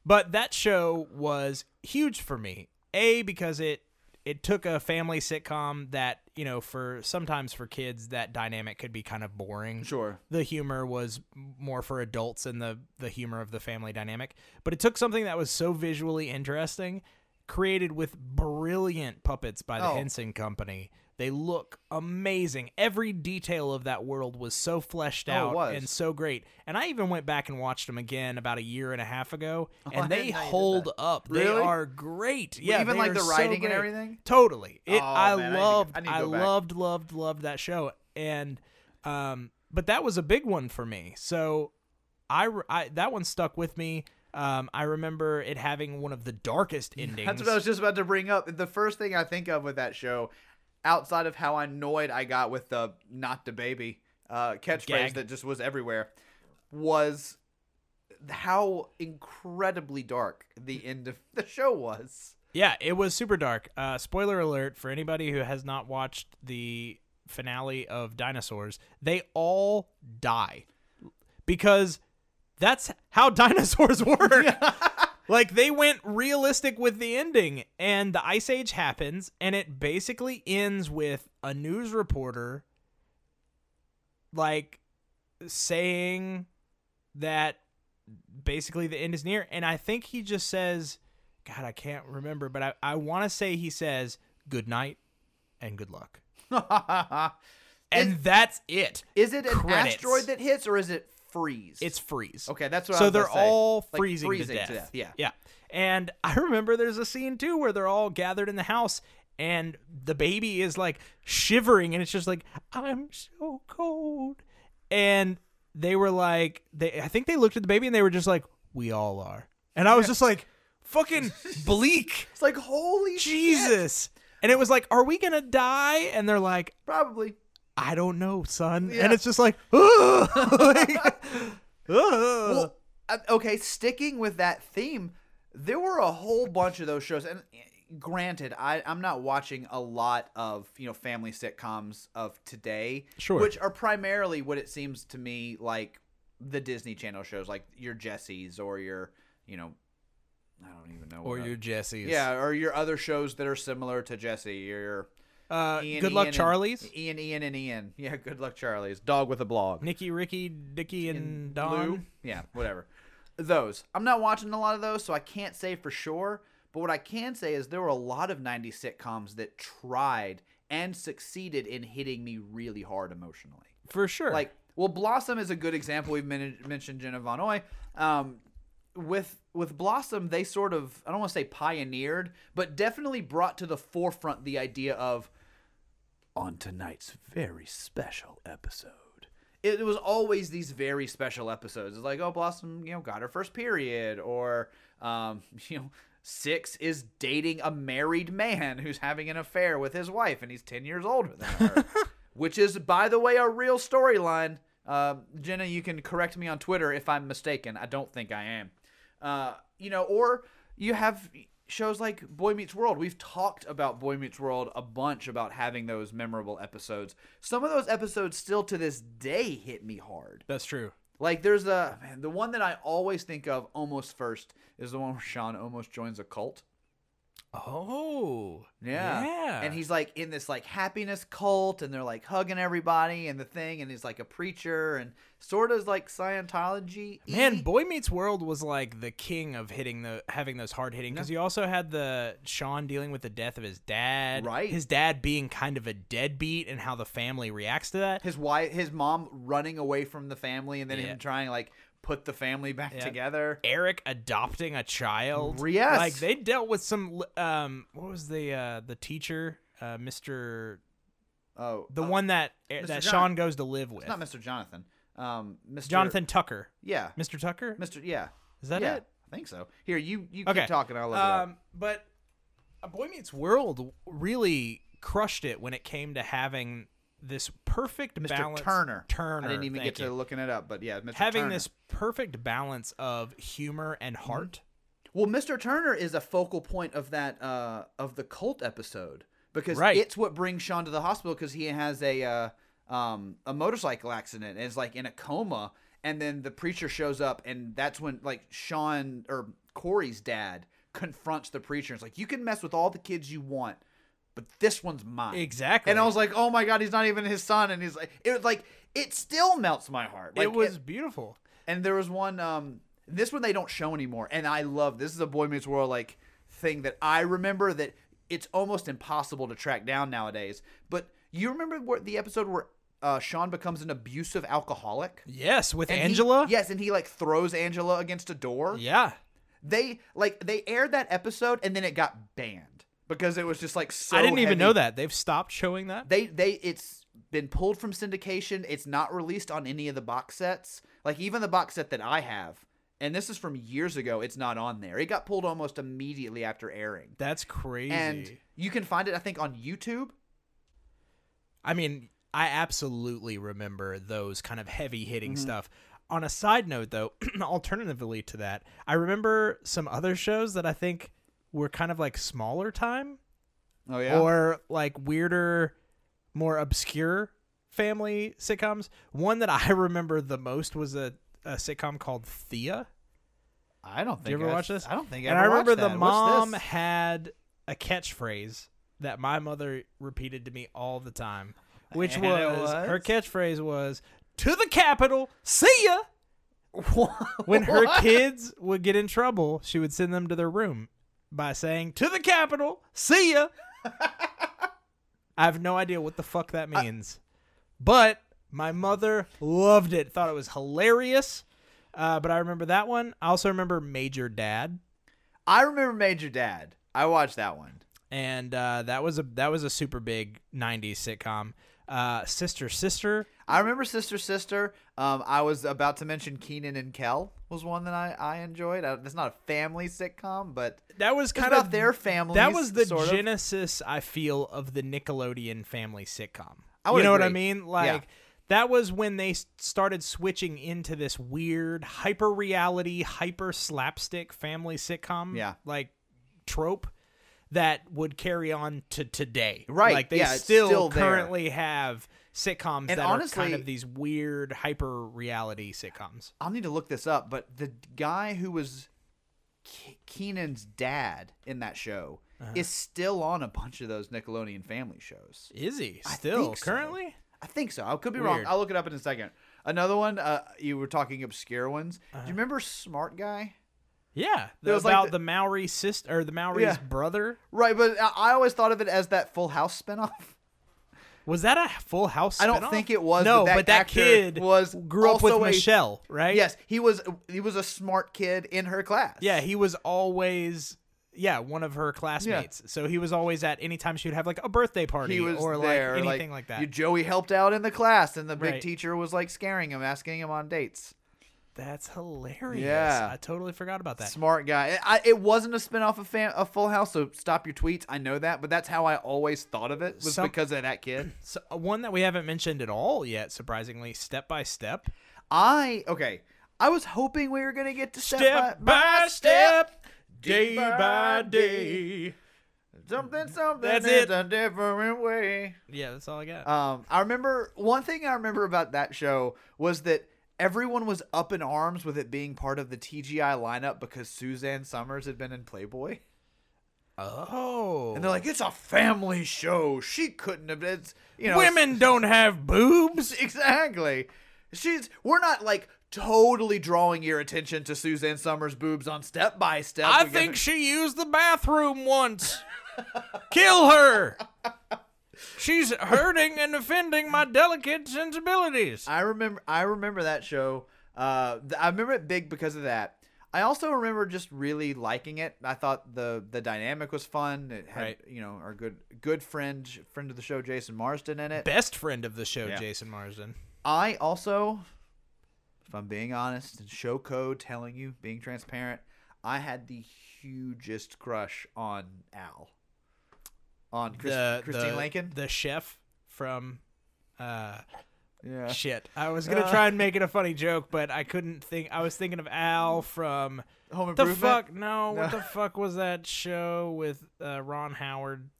Speaker 4: but that show was huge for me. A because it it took a family sitcom that you know for sometimes for kids that dynamic could be kind of boring.
Speaker 5: Sure.
Speaker 4: The humor was m- more for adults and the the humor of the family dynamic, but it took something that was so visually interesting, created with brilliant puppets by the
Speaker 5: Oh.
Speaker 4: Henson Company. They look amazing. Every detail of that world was so fleshed
Speaker 5: Oh, it
Speaker 4: out
Speaker 5: was.
Speaker 4: and so great. And I even went back and watched them again about a year and a half ago, and
Speaker 5: Oh, I
Speaker 4: they
Speaker 5: didn't know you did
Speaker 4: hold
Speaker 5: that.
Speaker 4: up. They
Speaker 5: Really?
Speaker 4: are great. Yeah,
Speaker 5: even,
Speaker 4: they
Speaker 5: like,
Speaker 4: are
Speaker 5: the
Speaker 4: so
Speaker 5: writing and
Speaker 4: great.
Speaker 5: everything?
Speaker 4: Totally. It.
Speaker 5: Oh,
Speaker 4: I
Speaker 5: man, I need to go-
Speaker 4: loved.
Speaker 5: I need to go back.
Speaker 4: loved. Loved. Loved that show. And, um, but that was a big one for me. So, I, re- I that one stuck with me. Um, I remember it having one of the darkest endings.
Speaker 5: That's what I was just about to bring up. The first thing I think of with that show, outside of how annoyed I got with the "not the baby" uh, catchphrase
Speaker 4: Gag.
Speaker 5: that just was everywhere, was how incredibly dark the end of the show was.
Speaker 4: Yeah, it was super dark. Uh, spoiler alert for anybody who has not watched the finale of Dinosaurs, they all die because that's how dinosaurs work. like they went realistic with the ending, and the Ice Age happens, and it basically ends with a news reporter like saying that basically the end is near. And I think he just says, God, I can't remember, but I, I want to say he says, good night and good luck. And that's it.
Speaker 5: is it an
Speaker 4: Credits.
Speaker 5: asteroid that hits, or is it freeze?
Speaker 4: It's freeze.
Speaker 5: Okay, that's what I
Speaker 4: So
Speaker 5: was
Speaker 4: they're
Speaker 5: gonna say.
Speaker 4: all
Speaker 5: Like
Speaker 4: freezing,
Speaker 5: freezing
Speaker 4: to,
Speaker 5: to
Speaker 4: death.
Speaker 5: death, yeah.
Speaker 4: Yeah. And I remember there's a scene too where they're all gathered in the house and the baby is like shivering and it's just like I'm so cold. And they were like they I think they looked at the baby and they were just like we all are. And I was just like fucking bleak.
Speaker 5: It's like holy shit.
Speaker 4: Jesus. And it was like are we going to die? And they're like
Speaker 5: Probably.
Speaker 4: I don't know, son.
Speaker 5: Yeah.
Speaker 4: And it's just like, ugh. Like, ugh.
Speaker 5: Well, uh, okay, sticking with that theme, there were a whole bunch of those shows, and eh, granted, I, I'm not watching a lot of you know family sitcoms of today,
Speaker 4: Sure.
Speaker 5: which are primarily what it seems to me like the Disney Channel shows, like your Jessies or your you know, I don't even know
Speaker 4: or
Speaker 5: what
Speaker 4: your
Speaker 5: other-
Speaker 4: Jesse's.
Speaker 5: yeah, or your other shows that are similar to Jesse or your.
Speaker 4: Uh,
Speaker 5: Ian,
Speaker 4: good luck,
Speaker 5: Ian, and-
Speaker 4: Charlie's.
Speaker 5: Ian, Ian, and Ian. Yeah, good luck, Charlie's. Dog with a blog.
Speaker 4: Nikki, Ricky, Dicky, and,
Speaker 5: and
Speaker 4: Don.
Speaker 5: Lou. Yeah, whatever. Those. I'm not watching a lot of those, so I can't say for sure. But what I can say is there were a lot of 90s sitcoms that tried and succeeded in hitting me really hard emotionally.
Speaker 4: for sure.
Speaker 5: Like, well, Blossom is a good example. We've men- mentioned Jenna Von Oy. Um, with with Blossom, they sort of I don't want to say pioneered, but definitely brought to the forefront the idea of on tonight's very special episode. It, it was always these very special episodes. It's like, oh, Blossom, you know, got her first period, or um, you know, Six is dating a married man who's having an affair with his wife, and he's ten years older than her, which is, by the way, a real storyline. Um, Jenna, you can correct me on Twitter if I'm mistaken. I don't think I am. Uh, you know, or you have shows like Boy Meets World. We've talked about Boy Meets World a bunch about having those memorable episodes. Some of those episodes still to this day hit me hard.
Speaker 4: that's true.
Speaker 5: Like there's a man, the one that I always think of almost first is the one where Sean almost joins a cult.
Speaker 4: Oh,
Speaker 5: Yeah.
Speaker 4: yeah.
Speaker 5: And he's like in this like happiness cult and they're like hugging everybody and the thing and he's like a preacher and sort of like Scientology.
Speaker 4: man. Boy Meets World was like the king of hitting the having those hard hitting because you also had the Sean dealing with the death of his dad,
Speaker 5: Right.
Speaker 4: His dad being kind of a deadbeat and how the family reacts to that.
Speaker 5: his wife his mom running away from the family and then
Speaker 4: Yeah.
Speaker 5: him trying to like put the family back
Speaker 4: Yeah.
Speaker 5: together.
Speaker 4: Eric adopting a child.
Speaker 5: Yes.
Speaker 4: Like they dealt with some um what was the uh the teacher uh Mr.
Speaker 5: Oh,
Speaker 4: the
Speaker 5: uh,
Speaker 4: one that eh,
Speaker 5: Mr.
Speaker 4: that
Speaker 5: Jon-
Speaker 4: Sean goes to live with.
Speaker 5: It's not Mr. Jonathan. Um, Mr.
Speaker 4: Jonathan Tucker.
Speaker 5: Yeah.
Speaker 4: Mr. Tucker?
Speaker 5: Mr. Yeah.
Speaker 4: Is that
Speaker 5: yeah,
Speaker 4: it?
Speaker 5: I think so. Here, you you
Speaker 4: Okay.
Speaker 5: keep talking. I'll look it up.
Speaker 4: Um, but A Boy Meets World really crushed it when it came to having this perfect
Speaker 5: Mr.
Speaker 4: balance.
Speaker 5: Turner.
Speaker 4: Turner.
Speaker 5: I didn't even
Speaker 4: thank
Speaker 5: get to
Speaker 4: you.
Speaker 5: looking it up, but yeah, Mr.
Speaker 4: having
Speaker 5: Turner. Mm-hmm.
Speaker 4: this perfect balance of humor and heart.
Speaker 5: Well, Mr. Turner is a focal point of that uh of the cult episode because
Speaker 4: Right.
Speaker 5: it's what brings Sean to the hospital because he has a uh, um a motorcycle accident and is like in a coma and then the preacher shows up and that's when like Sean or Corey's dad confronts the preacher. It's like you can mess with all the kids you want, but this one's mine.
Speaker 4: Exactly.
Speaker 5: And I was like, oh my god, he's not even his son, and he's like, it was like it still melts my heart. Like,
Speaker 4: it was beautiful.
Speaker 5: and there was one um this one they don't show anymore and i love this is a boy meets world like thing that i remember that it's almost impossible to track down nowadays but you remember where the episode where uh, sean becomes an abusive alcoholic
Speaker 4: Yes, with
Speaker 5: And he-
Speaker 4: Angela?
Speaker 5: yes and he like throws angela against a door
Speaker 4: Yeah.
Speaker 5: they like they aired that episode and then it got banned because it was just like so
Speaker 4: I didn't even
Speaker 5: heavy.
Speaker 4: know that. They've stopped showing that.
Speaker 5: They they it's been pulled from syndication. It's not released on any of the box sets. Like even the box set that I have, and this is from years ago, it's not on there. It got pulled almost immediately after airing.
Speaker 4: That's crazy.
Speaker 5: And you can find it I think on YouTube.
Speaker 4: I mean, I absolutely remember those kind of heavy hitting stuff. On a side note, though, alternatively to that, I remember some other shows that I think were kind of like smaller time
Speaker 5: Oh yeah.
Speaker 4: or like weirder, more obscure family sitcoms. One that I remember the most was a, a sitcom called Thea.
Speaker 5: I don't
Speaker 4: Do you
Speaker 5: think
Speaker 4: ever
Speaker 5: I,
Speaker 4: watch this?
Speaker 5: I don't think I
Speaker 4: And I
Speaker 5: ever
Speaker 4: remember
Speaker 5: watched
Speaker 4: the
Speaker 5: that. What's
Speaker 4: mom
Speaker 5: this?
Speaker 4: had a catchphrase that my mother repeated to me all the time, which
Speaker 5: And it
Speaker 4: was,
Speaker 5: was?
Speaker 4: her catchphrase was "To the Capitol, see ya." When her kids would get in trouble, she would send them to their room by saying "To the Capitol, see ya." I have no idea what the fuck that means, but My mother loved it, thought it was hilarious. Uh, but I remember that one. I also remember Major Dad,
Speaker 5: I remember Major Dad. I watched that one.
Speaker 4: and uh, that was a that was a super big '90s sitcom. Uh, Sister Sister,
Speaker 5: I remember Sister Sister. Um, I was about to mention Keenan and Kel was one that I, I enjoyed. I, that's not a family sitcom, but
Speaker 4: that was
Speaker 5: It's
Speaker 4: kind
Speaker 5: about
Speaker 4: of
Speaker 5: their families,
Speaker 4: That was the
Speaker 5: sort of.
Speaker 4: genesis, I feel, of the Nickelodeon family sitcom.
Speaker 5: I would
Speaker 4: you know what I
Speaker 5: agree.
Speaker 4: mean?
Speaker 5: Yeah.
Speaker 4: Like that was when they s- started switching into this weird hyper reality, hyper slapstick family sitcom.
Speaker 5: Yeah.
Speaker 4: like trope that would carry on to today.
Speaker 5: Right,
Speaker 4: Like they
Speaker 5: yeah, it's
Speaker 4: still,
Speaker 5: still there.
Speaker 4: currently have sitcoms that are kind
Speaker 5: honestly-
Speaker 4: of these weird hyper reality sitcoms.
Speaker 5: I'll need to look this up. But the guy who was Ke- Keenan's dad in that show
Speaker 4: Uh-huh.
Speaker 5: is still on a bunch of those Nickelodeon family shows.
Speaker 4: Is he
Speaker 5: I
Speaker 4: still
Speaker 5: think so.
Speaker 4: currently?
Speaker 5: I think so. I could be wrong.
Speaker 4: Weird.
Speaker 5: I'll look it up in a second. Another one. Uh, you were talking obscure ones.
Speaker 4: Uh-huh.
Speaker 5: Do you remember Smart Guy?
Speaker 4: Yeah,
Speaker 5: There was, like,
Speaker 4: about
Speaker 5: the-
Speaker 4: the Maori sister or the Maori's
Speaker 5: Yeah.
Speaker 4: brother.
Speaker 5: Right, but I I always thought of it as that Full House spinoff.
Speaker 4: Was that a Full House?
Speaker 5: I don't
Speaker 4: spinoff?
Speaker 5: think it was,
Speaker 4: No,
Speaker 5: but that actor
Speaker 4: kid
Speaker 5: was
Speaker 4: grew up with
Speaker 5: also a-
Speaker 4: Michelle, right?
Speaker 5: Yes, he was. He was a smart kid in her class.
Speaker 4: Yeah, he was always yeah one of her classmates. So he was always at any time she would have like a birthday party
Speaker 5: he was
Speaker 4: or like
Speaker 5: there,
Speaker 4: anything like, that.
Speaker 5: you- Joey helped out in the class, and the big
Speaker 4: Right.
Speaker 5: teacher was like scaring him, asking him on dates.
Speaker 4: That's hilarious.
Speaker 5: Yeah.
Speaker 4: I totally forgot about that.
Speaker 5: Smart guy. I, it wasn't a spinoff of fam- of Full House, so stop your tweets. I know that, but that's how I always thought of it was
Speaker 4: Some-
Speaker 5: because of that kid.
Speaker 4: So, uh, one that we haven't mentioned at all yet, surprisingly, step by step.
Speaker 5: I okay. I was hoping we were gonna get to step,
Speaker 4: day by day.
Speaker 5: something something.
Speaker 4: That's
Speaker 5: is
Speaker 4: it.
Speaker 5: A different way.
Speaker 4: Yeah, that's all I got.
Speaker 5: Um, I remember one thing I remember about that show was that everyone was up in arms with it being part of the TGI lineup because Suzanne Summers had been in Playboy,
Speaker 4: oh,
Speaker 5: and they're like, "It's a family show. She couldn't have." It's you know,
Speaker 4: women don't have boobs.
Speaker 5: exactly. She's. We're not like totally drawing your attention to Suzanne Summers' boobs on step by step.
Speaker 4: I
Speaker 5: We
Speaker 4: think
Speaker 5: gotta-
Speaker 4: she used the bathroom once. Kill her. She's hurting and offending my delicate sensibilities.
Speaker 5: I remember I remember that show. Uh, th- I remember it big because of that. I also remember just really liking it. I thought the the dynamic was fun. It had
Speaker 4: Right.
Speaker 5: you know our good good friend friend of the show Jason Marsden in it.
Speaker 4: Best friend of the show,
Speaker 5: Yeah.
Speaker 4: Jason Marsden.
Speaker 5: I also, if I'm being honest, and show code telling you being transparent, I had the hugest crush on Al, on Chris,
Speaker 4: the,
Speaker 5: Christine
Speaker 4: the-
Speaker 5: Lincoln.
Speaker 4: The chef from uh
Speaker 5: yeah,
Speaker 4: shit. I was
Speaker 5: Uh.
Speaker 4: gonna try and make it a funny joke, but I couldn't think I was thinking of Al from
Speaker 5: Home
Speaker 4: the
Speaker 5: Improvement.
Speaker 4: fuck no, what
Speaker 5: No.
Speaker 4: the fuck was that show with uh, Ron Howard?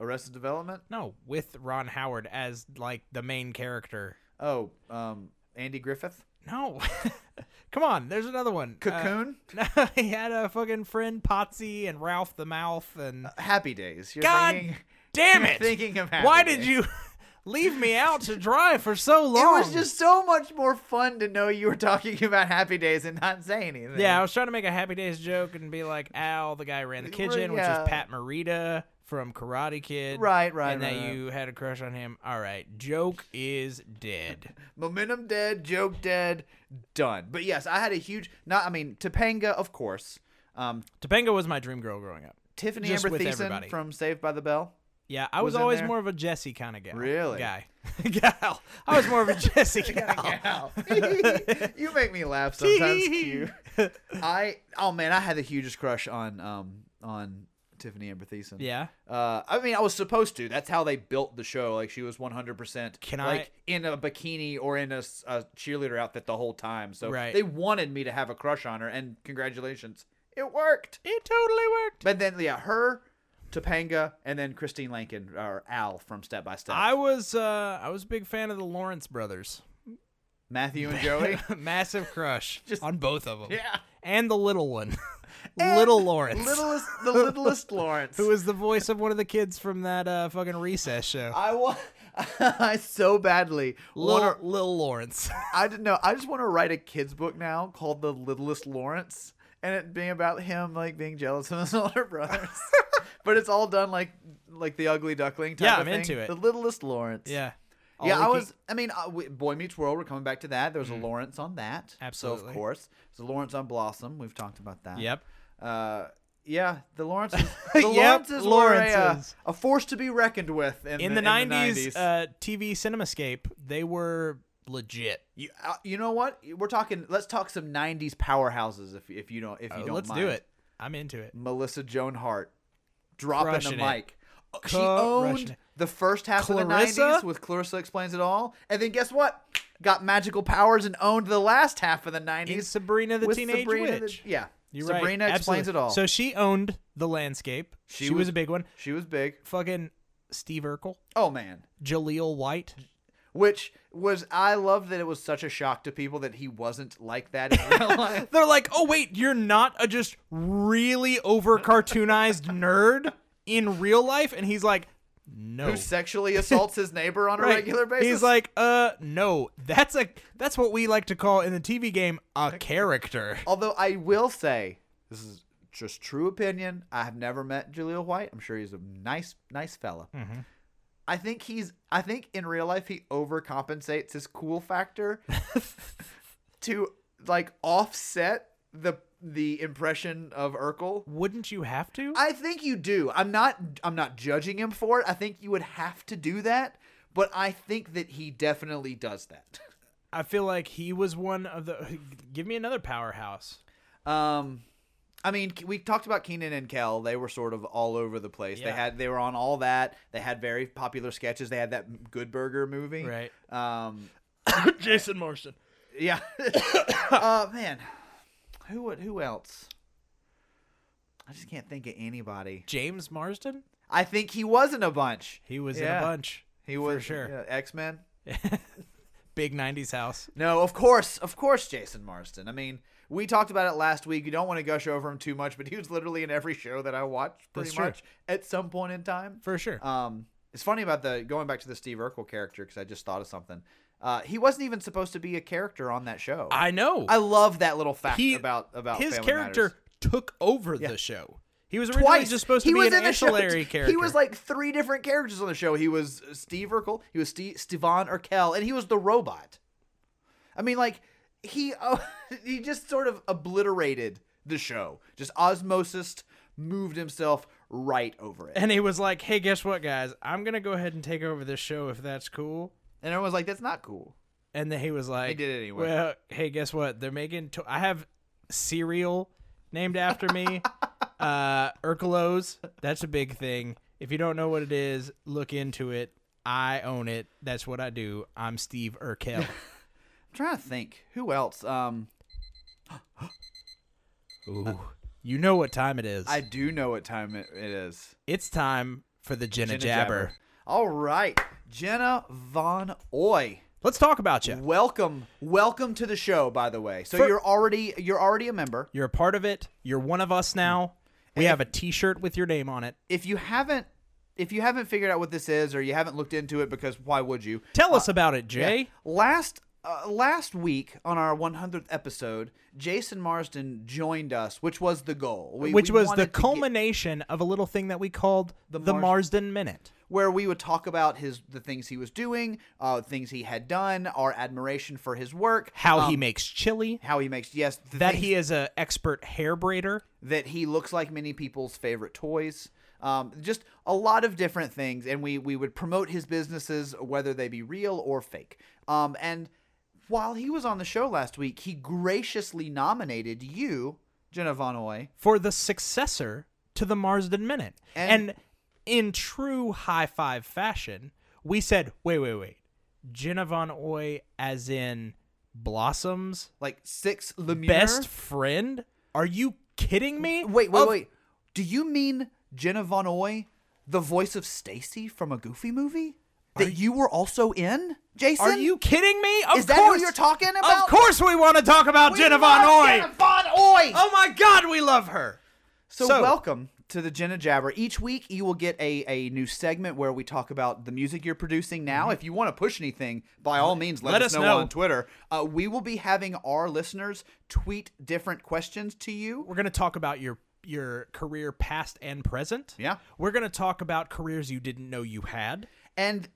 Speaker 5: Arrested Development.
Speaker 4: No, with Ron Howard as like the main character.
Speaker 5: Oh, um, Andy Griffith.
Speaker 4: No. Come on, there's another one. Uh,
Speaker 5: Cocoon.
Speaker 4: no, he had a fucking friend Potsy and Ralph the Mouth and
Speaker 5: Happy Days. You're
Speaker 4: God
Speaker 5: thinking,
Speaker 4: damn
Speaker 5: you're
Speaker 4: it.
Speaker 5: Uh, thinking of Happy
Speaker 4: Why did
Speaker 5: Days.
Speaker 4: you leave me out to dry for so
Speaker 5: It
Speaker 4: long?
Speaker 5: was just so much more fun to know you were talking about Happy Days and not say anything.
Speaker 4: Yeah, I was trying to make a Happy Days joke and be like, Al, the guy who ran the
Speaker 5: Well,
Speaker 4: kitchen, which
Speaker 5: yeah.
Speaker 4: was Pat Morita from Karate Kid.
Speaker 5: Right, right,
Speaker 4: And that
Speaker 5: right, right.
Speaker 4: you had a crush on him. All right, joke is dead.
Speaker 5: Momentum dead, joke dead, done. But yes, I had a huge. Not, I mean, Topanga, of course. Um,
Speaker 4: Topanga was my dream girl growing up.
Speaker 5: Tiffany
Speaker 4: Just
Speaker 5: Amber
Speaker 4: with
Speaker 5: Thiessen
Speaker 4: everybody.
Speaker 5: from Saved by the Bell.
Speaker 4: Yeah, I was,
Speaker 5: was in
Speaker 4: always
Speaker 5: there?
Speaker 4: more of a Jesse kind of gal.
Speaker 5: Really?
Speaker 4: Guy. gal. I was more of a Jesse gal.
Speaker 5: Ow. you make me laugh sometimes. Q. I oh man, I had the hugest crush on um on Tiffany Amber Thiessen.
Speaker 4: Yeah.
Speaker 5: Uh, I mean, I was supposed to. That's how they built the show. Like she was 100%
Speaker 4: Can I-
Speaker 5: like in a bikini or in a, s- a cheerleader outfit the whole time. So
Speaker 4: Right.
Speaker 5: they wanted me to have a crush on her, and congratulations, it worked.
Speaker 4: It totally worked.
Speaker 5: But then yeah, her, Topanga, and then Christine Lincoln or Al from Step by Step,
Speaker 4: I was uh I was a big fan of the Lawrence brothers.
Speaker 5: Matthew and Joey.
Speaker 4: Massive crush
Speaker 5: Just-
Speaker 4: on both of them.
Speaker 5: yeah,
Speaker 4: And the little one. little
Speaker 5: And
Speaker 4: Lawrence.
Speaker 5: littlest the littlest Lawrence,
Speaker 4: who was the voice of one of the kids from that uh fucking recess show.
Speaker 5: I want. I so badly want
Speaker 4: Little,
Speaker 5: to
Speaker 4: Lil Lawrence.
Speaker 5: I didn't know. I just want to write a kid's book now called The Littlest Lawrence and it being about him like being jealous of his older brothers. but it's all done like like the ugly duckling type
Speaker 4: Yeah,
Speaker 5: of
Speaker 4: I'm
Speaker 5: thing.
Speaker 4: into it.
Speaker 5: The Littlest Lawrence.
Speaker 4: yeah. All
Speaker 5: yeah,
Speaker 4: we
Speaker 5: I
Speaker 4: can-
Speaker 5: was. I mean, uh, we, Boy Meets World. We're coming back to that. There was a Lawrence on that. So
Speaker 4: Absolutely.
Speaker 5: of course, there's a Lawrence on Blossom. We've talked about that.
Speaker 4: Yep.
Speaker 5: Uh, yeah, the Lawrences. The
Speaker 4: Yep,
Speaker 5: Lawrences, were a, uh,
Speaker 4: Lawrences.
Speaker 5: a, force to be reckoned with in,
Speaker 4: in
Speaker 5: the,
Speaker 4: the
Speaker 5: in the
Speaker 4: 90s, Uh, TV CinemaScape, they were legit.
Speaker 5: you, uh, you know what? We're talking. Let's talk some '90s powerhouses. If if you don't, if you
Speaker 4: Uh,
Speaker 5: don't,
Speaker 4: let's
Speaker 5: mind.
Speaker 4: do it. I'm into it.
Speaker 5: Melissa Joan Hart dropping
Speaker 4: Crushing
Speaker 5: the
Speaker 4: it.
Speaker 5: mic. Uh, She
Speaker 4: Crushing
Speaker 5: owned
Speaker 4: it.
Speaker 5: the first half
Speaker 4: Clarissa?
Speaker 5: of the 90s with Clarissa Explains It All. And then guess what? Got magical powers and owned the last half of the 90s.
Speaker 4: In Sabrina the
Speaker 5: with
Speaker 4: Teenage
Speaker 5: Sabrina the-
Speaker 4: Witch.
Speaker 5: yeah.
Speaker 4: You're right.
Speaker 5: Sabrina Explains
Speaker 4: Absolutely.
Speaker 5: It All.
Speaker 4: So she owned the landscape. She,
Speaker 5: She
Speaker 4: was,
Speaker 5: was-
Speaker 4: a big one.
Speaker 5: she was big.
Speaker 4: Fucking Steve Urkel,
Speaker 5: Oh, man.
Speaker 4: Jaleel White.
Speaker 5: Which was, I love that it was such a shock to people that he wasn't like that in real life.
Speaker 4: They're like, oh wait, you're not a just really over cartoonized nerd in real life, and he's like, no.
Speaker 5: Who sexually assaults his neighbor on a
Speaker 4: Right.
Speaker 5: regular basis.
Speaker 4: He's like, uh, no, that's a that's what we like to call in the TV game a character.
Speaker 5: Although I will say, this is just true opinion. I have never met Jaleel White. I'm sure he's a nice, nice fella.
Speaker 4: Mm-hmm.
Speaker 5: I think he's. I think in real life he overcompensates his cool factor to like offset the the impression of Urkel.
Speaker 4: Wouldn't you have to?
Speaker 5: I think you do. I'm not I'm not judging him for it. I think you would have to do that, but I think that he definitely does that.
Speaker 4: I feel like he was one of the. Give me another powerhouse.
Speaker 5: Um, I mean, we talked about Keenan and Kel. They were sort of all over the place. They
Speaker 4: Yeah.
Speaker 5: had they were on all that. They had very popular sketches. They had that Good Burger movie,
Speaker 4: Right.
Speaker 5: Um,
Speaker 4: Jason Marston.
Speaker 5: yeah. uh, man, who would who else? I just can't think of anybody.
Speaker 4: James Marsden?
Speaker 5: I think he was in a bunch.
Speaker 4: He was in
Speaker 5: Yeah.
Speaker 4: a bunch.
Speaker 5: He was
Speaker 4: sure.
Speaker 5: X Men.
Speaker 4: Big 90s house.
Speaker 5: No, of course, of course, Jason Marston. I mean, we talked about it last week. You don't want to gush over him too much, but he was literally in every show that I watched pretty
Speaker 4: That's true.
Speaker 5: much at some point in time.
Speaker 4: For sure.
Speaker 5: Um, it's funny about the going back to the Steve Urkel character because I just thought of something. Uh, he wasn't even supposed to be a character on that show.
Speaker 4: I know.
Speaker 5: I love that little fact
Speaker 4: he,
Speaker 5: about about
Speaker 4: his
Speaker 5: Family
Speaker 4: character
Speaker 5: Matters.
Speaker 4: took over the show. He was originally
Speaker 5: Twice
Speaker 4: just supposed to
Speaker 5: he
Speaker 4: be
Speaker 5: was
Speaker 4: an
Speaker 5: in the show.
Speaker 4: ancillary character.
Speaker 5: He was like three different characters on the show. He was Steve Urkel, he was Steve, Stevan Urkel, and he was the robot. I mean, like he uh, he just sort of obliterated the show. Just osmosis moved himself right over it,
Speaker 4: and he was like, "Hey, guess what, guys? I'm gonna go ahead and take over this show if that's cool."
Speaker 5: and everyone was like, "That's not cool."
Speaker 4: And then he was like,
Speaker 5: did it anyway.
Speaker 4: Well, hey, guess what? They're making. To- I have cereal named after me. uh, Urkelos. That's a big thing. If you don't know what it is, look into it. I own it. That's what I do. I'm Steve Urkel.
Speaker 5: I'm trying to think who else. Um,
Speaker 4: Ooh, you know what time it is?
Speaker 5: I do know what time it, it is.
Speaker 4: it's time for the Jenna,
Speaker 5: Jenna
Speaker 4: Jabber.
Speaker 5: Jabber. All right, Jenna Von Oy.
Speaker 4: Let's talk about you.
Speaker 5: Welcome, welcome to the show. By the way, so
Speaker 4: For-
Speaker 5: you're already you're already a member.
Speaker 4: You're a part of it. You're one of us now. We
Speaker 5: Eh.
Speaker 4: have a T-shirt with your name on it.
Speaker 5: If you haven't, if you haven't figured out what this is, or you haven't looked into it, because why would you?
Speaker 4: Tell us about it, Jay.
Speaker 5: Last uh, last week on our 100th episode, Jason Marsden joined us, which was the goal. We-
Speaker 4: which
Speaker 5: we
Speaker 4: was
Speaker 5: wanted
Speaker 4: the
Speaker 5: to get-
Speaker 4: culmination of a little thing that we called the,
Speaker 5: Mars-
Speaker 4: Marsden Minute.
Speaker 5: where we would talk about his the things he was doing, uh, things he had done, our admiration for his work,
Speaker 4: How
Speaker 5: um,
Speaker 4: he makes chili,
Speaker 5: how he makes yes the
Speaker 4: that
Speaker 5: things-
Speaker 4: he is an expert hair braider.
Speaker 5: that he looks like many people's favorite toys. Um, just a lot of different things, and we we would promote his businesses, whether they be real or fake. Um, and while he was on the show last week, he graciously nominated you, Jenna Von Oy.
Speaker 4: for the successor to the Marsden Minute. And,
Speaker 5: And-
Speaker 4: in true high five fashion, we said, wait, wait, wait. Jenna Von Oy, as in Blossom's
Speaker 5: like six Lemure.
Speaker 4: best friend? Are you kidding me?
Speaker 5: Wait, wait,
Speaker 4: Of-
Speaker 5: wait. Do you mean Jenna Von Oy, the voice of Stacy from a Goofy movie that you, were also in, Jason?
Speaker 4: Are you kidding me? Of
Speaker 5: Is that who
Speaker 4: course.
Speaker 5: you're talking
Speaker 4: Of
Speaker 5: about?
Speaker 4: course we want to talk about
Speaker 5: We
Speaker 4: Jenna Von
Speaker 5: love
Speaker 4: Oy.
Speaker 5: Jenna Von Oy.
Speaker 4: Oh my God, we love her.
Speaker 5: So,
Speaker 4: So-
Speaker 5: welcome to the Jenna Jabber. Each week you will get a, a new segment where we talk about the music you're producing now. If you want to push anything, by all means, let,
Speaker 4: Mm-hmm. Let
Speaker 5: us,
Speaker 4: us
Speaker 5: know,
Speaker 4: know.
Speaker 5: on Twitter. Uh, we will be having our listeners tweet different questions to you.
Speaker 4: We're going to talk about your your career past and present.
Speaker 5: Yeah.
Speaker 4: We're going to talk about careers you didn't know you had.
Speaker 5: And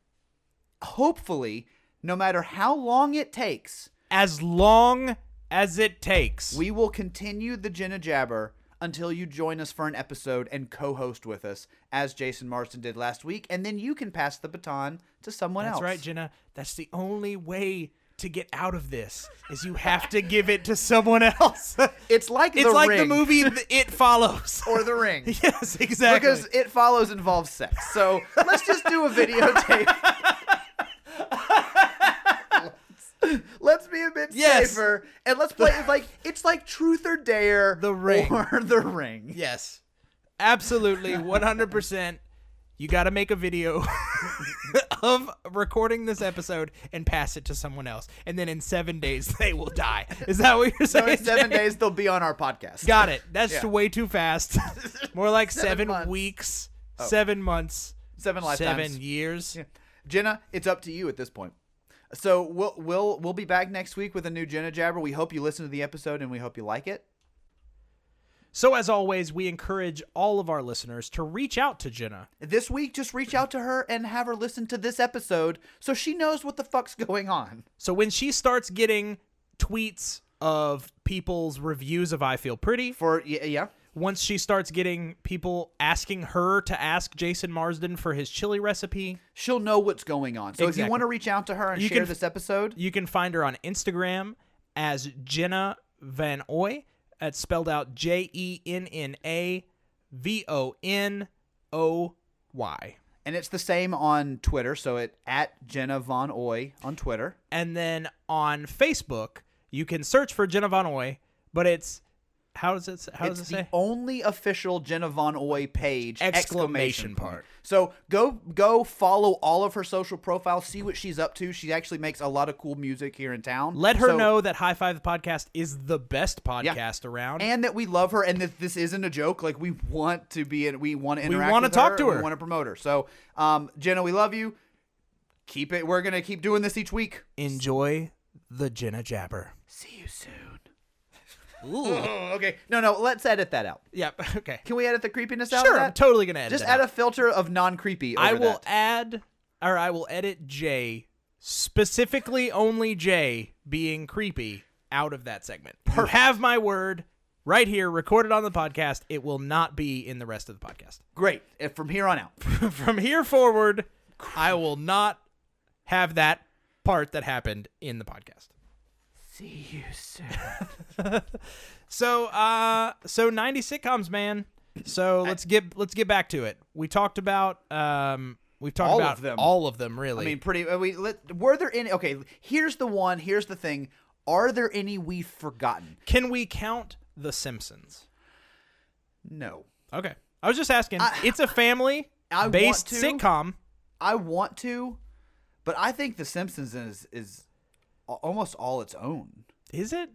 Speaker 5: hopefully, no matter how long it takes,
Speaker 4: As long as it takes.
Speaker 5: we will continue the Jenna Jabber until you join us for an episode and co-host with us, as Jason Marston did last week, and then you can pass the baton to someone
Speaker 4: That's
Speaker 5: else.
Speaker 4: right, Jenna. That's the only way to get out of this is you have to give it to someone else.
Speaker 5: It's like
Speaker 4: it's
Speaker 5: the
Speaker 4: like the
Speaker 5: Ring
Speaker 4: movie Th- It Follows.
Speaker 5: or the ring.
Speaker 4: yes, exactly.
Speaker 5: Because it follows involves sex. So let's just do a videotape. let's be a bit
Speaker 4: Yes.
Speaker 5: safer and let's play it's like it's like truth or dare
Speaker 4: The Ring.
Speaker 5: or the ring.
Speaker 4: yes, absolutely, one hundred percent. You got to make a video of recording this episode and pass it to someone else, and then in seven days they will die. Is that what you're
Speaker 5: So
Speaker 4: saying?
Speaker 5: in seven
Speaker 4: Jay?
Speaker 5: days they'll be on our podcast.
Speaker 4: Got it. That's
Speaker 5: Yeah.
Speaker 4: way too fast. More like seven,
Speaker 5: months.
Speaker 4: weeks, seven months,
Speaker 5: Seven lifetimes.
Speaker 4: seven years.
Speaker 5: Jenna, it's up to you at this point. So we'll we'll we'll be back next week with a new Jenna Jabber. We hope you listen to the episode and we hope you like it.
Speaker 4: So, as always, we encourage all of our listeners to reach out to Jenna.
Speaker 5: This week just reach out to her and have her listen to this episode so she knows what the fuck's going on.
Speaker 4: So, when she starts getting tweets of people's reviews of I Feel Pretty,
Speaker 5: For yeah, yeah.
Speaker 4: once she starts getting people asking her to ask Jason Marsden for his chili recipe,
Speaker 5: she'll know what's going on. So if
Speaker 4: Exactly.
Speaker 5: you want to reach out to her and
Speaker 4: You
Speaker 5: share
Speaker 4: can-
Speaker 5: this episode,
Speaker 4: you can find her on Instagram as Jenna Van Oy. That's spelled out J E N N A V O N O Y.
Speaker 5: and it's the same on Twitter. So it at Jenna Von Oy on Twitter.
Speaker 4: And then on Facebook, you can search for Jenna Von Oy, but it's how does it s- how does
Speaker 5: it's
Speaker 4: it
Speaker 5: the
Speaker 4: say?
Speaker 5: only official Jenna Von Oy page
Speaker 4: Exclamation
Speaker 5: exclamation
Speaker 4: part.
Speaker 5: part. So go go follow all of her social profiles, see what she's up to. She actually makes a lot of cool music here in town.
Speaker 4: Let her
Speaker 5: So-
Speaker 4: know that High Five the podcast is the best podcast around.
Speaker 5: and that we love her and that this isn't a joke. Like we want to be in, we want to interact.
Speaker 4: wanna
Speaker 5: with
Speaker 4: talk
Speaker 5: her
Speaker 4: to
Speaker 5: and
Speaker 4: her.
Speaker 5: We want to promote her. So, um, Jenna, we love you. Keep it. We're gonna keep doing this each week.
Speaker 4: Enjoy the Jenna Jabber.
Speaker 5: See you soon. Oh, okay. No, no. Let's edit that out.
Speaker 4: Yeah. Okay.
Speaker 5: Can we edit the creepiness out? of
Speaker 4: Sure.
Speaker 5: that?
Speaker 4: I'm totally gonna edit.
Speaker 5: Just
Speaker 4: that
Speaker 5: add
Speaker 4: out.
Speaker 5: a filter of non-creepy.
Speaker 4: I
Speaker 5: over
Speaker 4: will
Speaker 5: that.
Speaker 4: add, or I will edit J specifically only J being creepy out of that segment. You have my word right here, recorded on the podcast. It will not be in the rest of the podcast.
Speaker 5: Great. Uh, From here on out.
Speaker 4: From here forward, I will not have that part that happened in the podcast.
Speaker 5: See you soon.
Speaker 4: So, uh, so ninety sitcoms, man. So let's get let's get back to it. We talked about um, we've talked
Speaker 5: All of
Speaker 4: about
Speaker 5: them.
Speaker 4: all of them, really.
Speaker 5: I mean, pretty. uh, We let, were there any? Okay. Here's the one. Here's the thing. Are there any we've forgotten?
Speaker 4: Can we count The Simpsons?
Speaker 5: No.
Speaker 4: Okay. I was just asking. it's a family
Speaker 5: I want
Speaker 4: based
Speaker 5: to.
Speaker 4: sitcom.
Speaker 5: I want to, but I think The Simpsons is is a- almost all its own.
Speaker 4: Is it?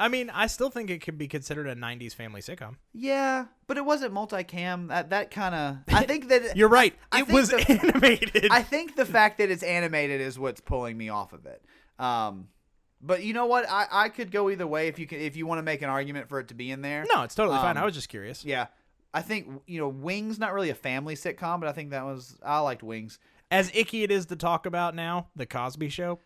Speaker 4: I mean, I still think it could be considered a 90s family sitcom.
Speaker 5: Yeah, but it wasn't multicam. That that kind of. I think that
Speaker 4: You're right.
Speaker 5: I
Speaker 4: it
Speaker 5: think
Speaker 4: was
Speaker 5: the-
Speaker 4: animated.
Speaker 5: I think the fact that it's animated is what's pulling me off of it. Um, but you know what? I, I could go either way if you can if you want to make an argument for it to be in there.
Speaker 4: no, it's totally fine.
Speaker 5: Um,
Speaker 4: I was just curious.
Speaker 5: Yeah, I think you know Wings not really a family sitcom, but I think that was I liked Wings.
Speaker 4: As icky it is to talk about now, The Cosby Show.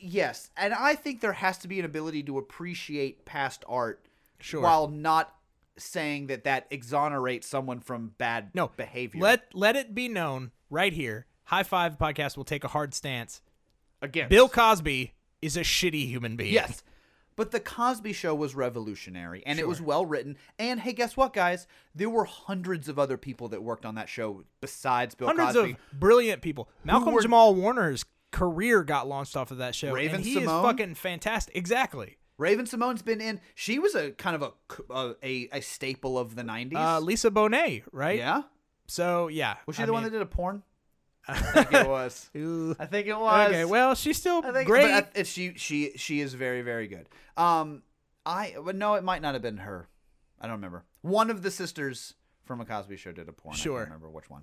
Speaker 5: Yes, and I think there has to be an ability to appreciate past art,
Speaker 4: Sure.
Speaker 5: while not saying that that exonerates someone from bad
Speaker 4: no
Speaker 5: behavior.
Speaker 4: Let let it be known right here. High Five Podcast will take a hard stance.
Speaker 5: again,
Speaker 4: Bill Cosby is a shitty human being.
Speaker 5: Yes. But The Cosby Show was revolutionary and it was well written. And hey, guess what, guys? There were hundreds of other people that worked on that show besides Bill
Speaker 4: hundreds
Speaker 5: Cosby.
Speaker 4: of brilliant people. Malcolm
Speaker 5: were-
Speaker 4: Jamal Warner's career got launched off of that show,
Speaker 5: Raven
Speaker 4: and he
Speaker 5: Simone?
Speaker 4: is fucking fantastic. Exactly.
Speaker 5: Raven Simone's been in. She was a kind of a a, a staple of the 90s.
Speaker 4: Uh, Lisa Bonet, right?
Speaker 5: yeah?
Speaker 4: So yeah,
Speaker 5: Was she
Speaker 4: I
Speaker 5: the one that
Speaker 4: mean-
Speaker 5: did a porn? I think it was. I think it was.
Speaker 4: Okay, well, she's still
Speaker 5: I think
Speaker 4: great.
Speaker 5: But I, she she she is very very good. Um, I but no, it might not have been her. I don't remember. One of the sisters from a Cosby Show did a porn. I
Speaker 4: Sure.
Speaker 5: can't remember which one.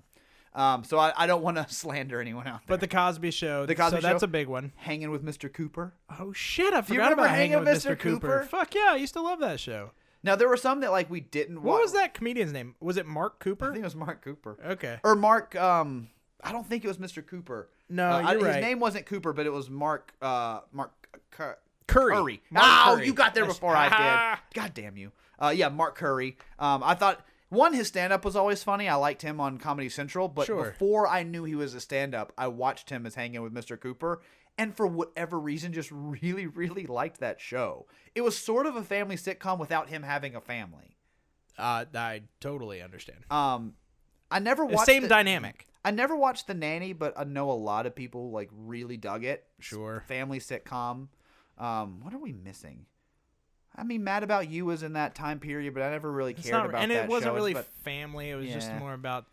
Speaker 5: Um, so I, I don't want to slander anyone out there.
Speaker 4: but the Cosby Show.
Speaker 5: The Cosby
Speaker 4: so that's
Speaker 5: Show?
Speaker 4: a big one.
Speaker 5: hanging with Mr. Cooper.
Speaker 4: Oh shit! I forgot
Speaker 5: remember
Speaker 4: about
Speaker 5: Hanging with Mr. Cooper?
Speaker 4: Fuck yeah! I used to love that show.
Speaker 5: Now there were some that like we didn't.
Speaker 4: What
Speaker 5: wa-
Speaker 4: was that comedian's name? Was it Mark
Speaker 5: I
Speaker 4: Cooper?
Speaker 5: think it was Mark Cooper
Speaker 4: Okay.
Speaker 5: or Mark um I don't think it was Mr. Cooper.
Speaker 4: No,
Speaker 5: Uh, I-
Speaker 4: you're
Speaker 5: His
Speaker 4: right.
Speaker 5: name wasn't Cooper, but it was Mark. Uh, Mark Cur-
Speaker 4: Curry.
Speaker 5: Curry.
Speaker 4: Mark
Speaker 5: oh,
Speaker 4: Curry.
Speaker 5: you got there
Speaker 4: Nice.
Speaker 5: before I did. God damn you. Uh, yeah, Mark Curry. Um, I thought one his stand up was always funny. I liked him on Comedy Central, but
Speaker 4: Sure.
Speaker 5: before I knew he was a stand up, I watched him as hanging with Mr. Cooper. And for whatever reason, just really, really liked that show. It was sort of a family sitcom without him having a family.
Speaker 4: Uh, I totally understand.
Speaker 5: Um, I never
Speaker 4: The
Speaker 5: watched
Speaker 4: same
Speaker 5: it-
Speaker 4: dynamic.
Speaker 5: I never watched The Nanny, but I know a lot of people like really dug it.
Speaker 4: Sure.
Speaker 5: Family sitcom. Um, what are we missing? I mean, Mad About You was in that time period, but I never really
Speaker 4: It's
Speaker 5: cared
Speaker 4: not-
Speaker 5: about
Speaker 4: and
Speaker 5: that
Speaker 4: it wasn't
Speaker 5: show.
Speaker 4: really
Speaker 5: But
Speaker 4: family. It was just
Speaker 5: Yeah.
Speaker 4: more about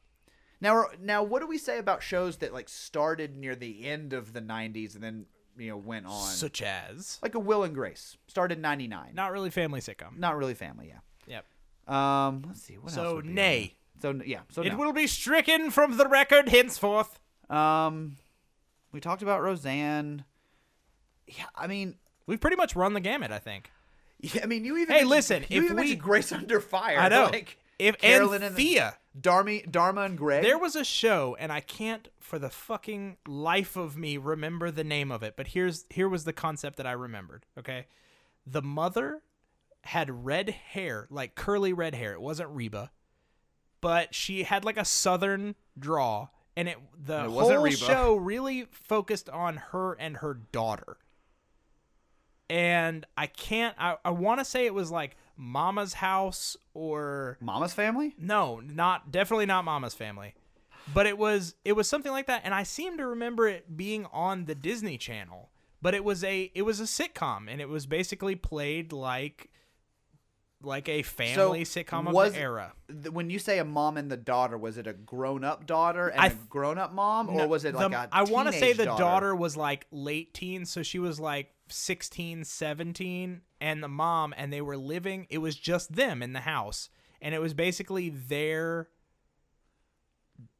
Speaker 5: now, now, what do we say about shows that like started near the end of the '90s and then you know went on?
Speaker 4: such as
Speaker 5: like a Will and Grace started '99.
Speaker 4: not really family sitcom.
Speaker 5: not really family. Yeah.
Speaker 4: Yep.
Speaker 5: Um, let's see. What else
Speaker 4: So
Speaker 5: would be on
Speaker 4: nay,
Speaker 5: there? So n- yeah. So
Speaker 4: it
Speaker 5: no.
Speaker 4: will be stricken from the record henceforth.
Speaker 5: Um, we talked about Roseanne. Yeah, I mean,
Speaker 4: We've pretty much run the gamut, I think.
Speaker 5: Yeah, I mean, you even
Speaker 4: Hey,
Speaker 5: mentioned-
Speaker 4: listen,
Speaker 5: you
Speaker 4: if
Speaker 5: even mentioned
Speaker 4: we-
Speaker 5: Grace Under Fire,
Speaker 4: I know.
Speaker 5: like,
Speaker 4: If-
Speaker 5: Carolyn
Speaker 4: and
Speaker 5: and
Speaker 4: Thea.
Speaker 5: Dharma, Dharma and Greg,
Speaker 4: There was a show, and I can't for the fucking life of me remember the name of it. But here's here was the concept that I remembered. Okay, the mother had red hair, like curly red hair. It wasn't Reba, but she had like a southern draw, and it the
Speaker 5: it wasn't
Speaker 4: whole
Speaker 5: Reba.
Speaker 4: show really focused on her and her daughter. And I can't. I, I want to say it was like Mama's house or
Speaker 5: Mama's Family.
Speaker 4: no, not definitely not Mama's Family. But it was it was something like that and I seem to remember it being on the Disney Channel. But it was a it was a sitcom and it was basically played like like a family sitcom of
Speaker 5: was-
Speaker 4: the era.
Speaker 5: th- When you say a mom and the daughter, was it a grown-up daughter and
Speaker 4: I
Speaker 5: a
Speaker 4: th-
Speaker 5: grown-up mom, or
Speaker 4: No,
Speaker 5: was it like
Speaker 4: the-
Speaker 5: a?
Speaker 4: I want to say
Speaker 5: teenage
Speaker 4: the daughter was like late teens, so she was like 16, 17, and the mom, and they were living. It was just them in the house, and it was basically their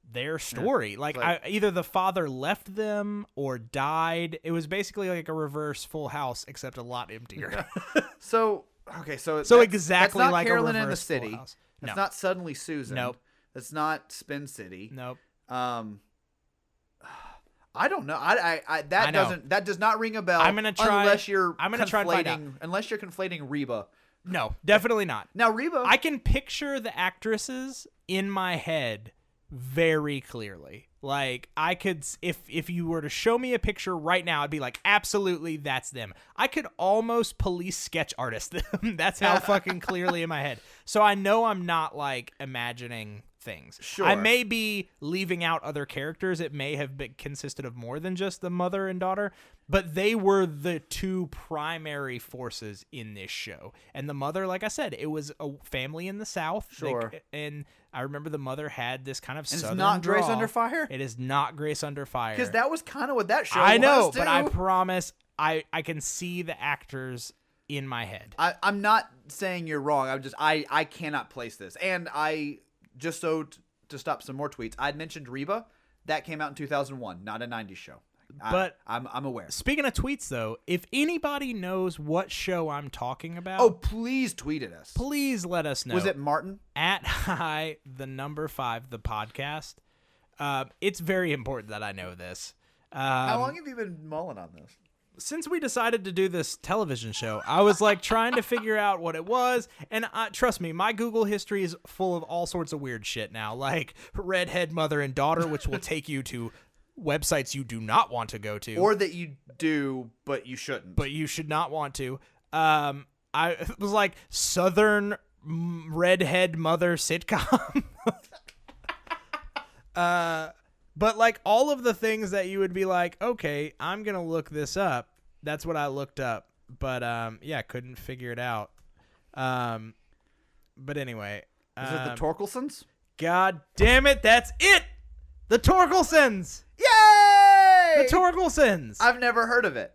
Speaker 4: their story. like
Speaker 5: like-
Speaker 4: I, either the father left them or died. It was basically like a reverse Full House, except a lot emptier.
Speaker 5: So okay, so
Speaker 4: So
Speaker 5: that's-
Speaker 4: exactly
Speaker 5: that's not
Speaker 4: like a
Speaker 5: Carolyn in the
Speaker 4: reverse Full
Speaker 5: City.
Speaker 4: House.
Speaker 5: That's
Speaker 4: No.
Speaker 5: not suddenly Susan.
Speaker 4: Nope.
Speaker 5: That's not Spin City.
Speaker 4: nope.
Speaker 5: Um, I don't know. I, I, I that
Speaker 4: I know.
Speaker 5: doesn't that does not ring a bell.
Speaker 4: I'm gonna try-
Speaker 5: unless you're
Speaker 4: I'm gonna try and find out.
Speaker 5: conflating unless you're conflating Reba.
Speaker 4: No, definitely not.
Speaker 5: Now Reba,
Speaker 4: I can picture the actresses in my head very clearly. Like I could s- if if you were to show me a picture right now, I'd be like, absolutely, that's them. I could almost police sketch artist them. that's how fucking clearly in my head. So I know I'm not like imagining things. I
Speaker 5: Sure.
Speaker 4: may be leaving out other characters. It may have been consisted of more than just the mother and daughter, but they were the two primary forces in this show. And the mother, like I said, it was a family in the South. They-
Speaker 5: Sure.
Speaker 4: and I remember the mother had this kind of
Speaker 5: it's
Speaker 4: southern
Speaker 5: not Grace
Speaker 4: drawl.
Speaker 5: Under Fire?
Speaker 4: It is not Grace Under Fire.
Speaker 5: because that was kind of what that show.
Speaker 4: I know,
Speaker 5: was,
Speaker 4: but I
Speaker 5: too.
Speaker 4: promise I I can see the actors in my head.
Speaker 5: I, I'm not saying you're wrong. I'm just I I cannot place this. And I just so t- to stop some more tweets. I mentioned Reba. That came out in 2001, not a 90s show. I-
Speaker 4: But-
Speaker 5: I'm I'm aware.
Speaker 4: Speaking of tweets though, if anybody knows what show I'm talking about,
Speaker 5: Oh, please tweet at us.
Speaker 4: please let us know.
Speaker 5: Was it Martin?
Speaker 4: at high the number five the podcast uh, it's very important that i know this
Speaker 5: How
Speaker 4: um,
Speaker 5: long have you been mulling on this?
Speaker 4: since we decided to do this television show i was like trying to figure out what it was and I, trust me my google history is full of all sorts of weird shit now like redhead mother and daughter which will take you to websites you do not want to go to
Speaker 5: Or that you do, but you shouldn't.
Speaker 4: but you should not want to. Um, I was like Southern m- redhead mother sitcom. uh, but like all of the things that you would be like, okay, I'm gonna look this up. That's what I looked up, but um, yeah, couldn't figure it out. Um, but anyway,
Speaker 5: Is it the
Speaker 4: um,
Speaker 5: Torkelsons?
Speaker 4: God damn it, that's it. The Torkelsons. The
Speaker 5: Yay!
Speaker 4: Torkelsons.
Speaker 5: I've never heard of it.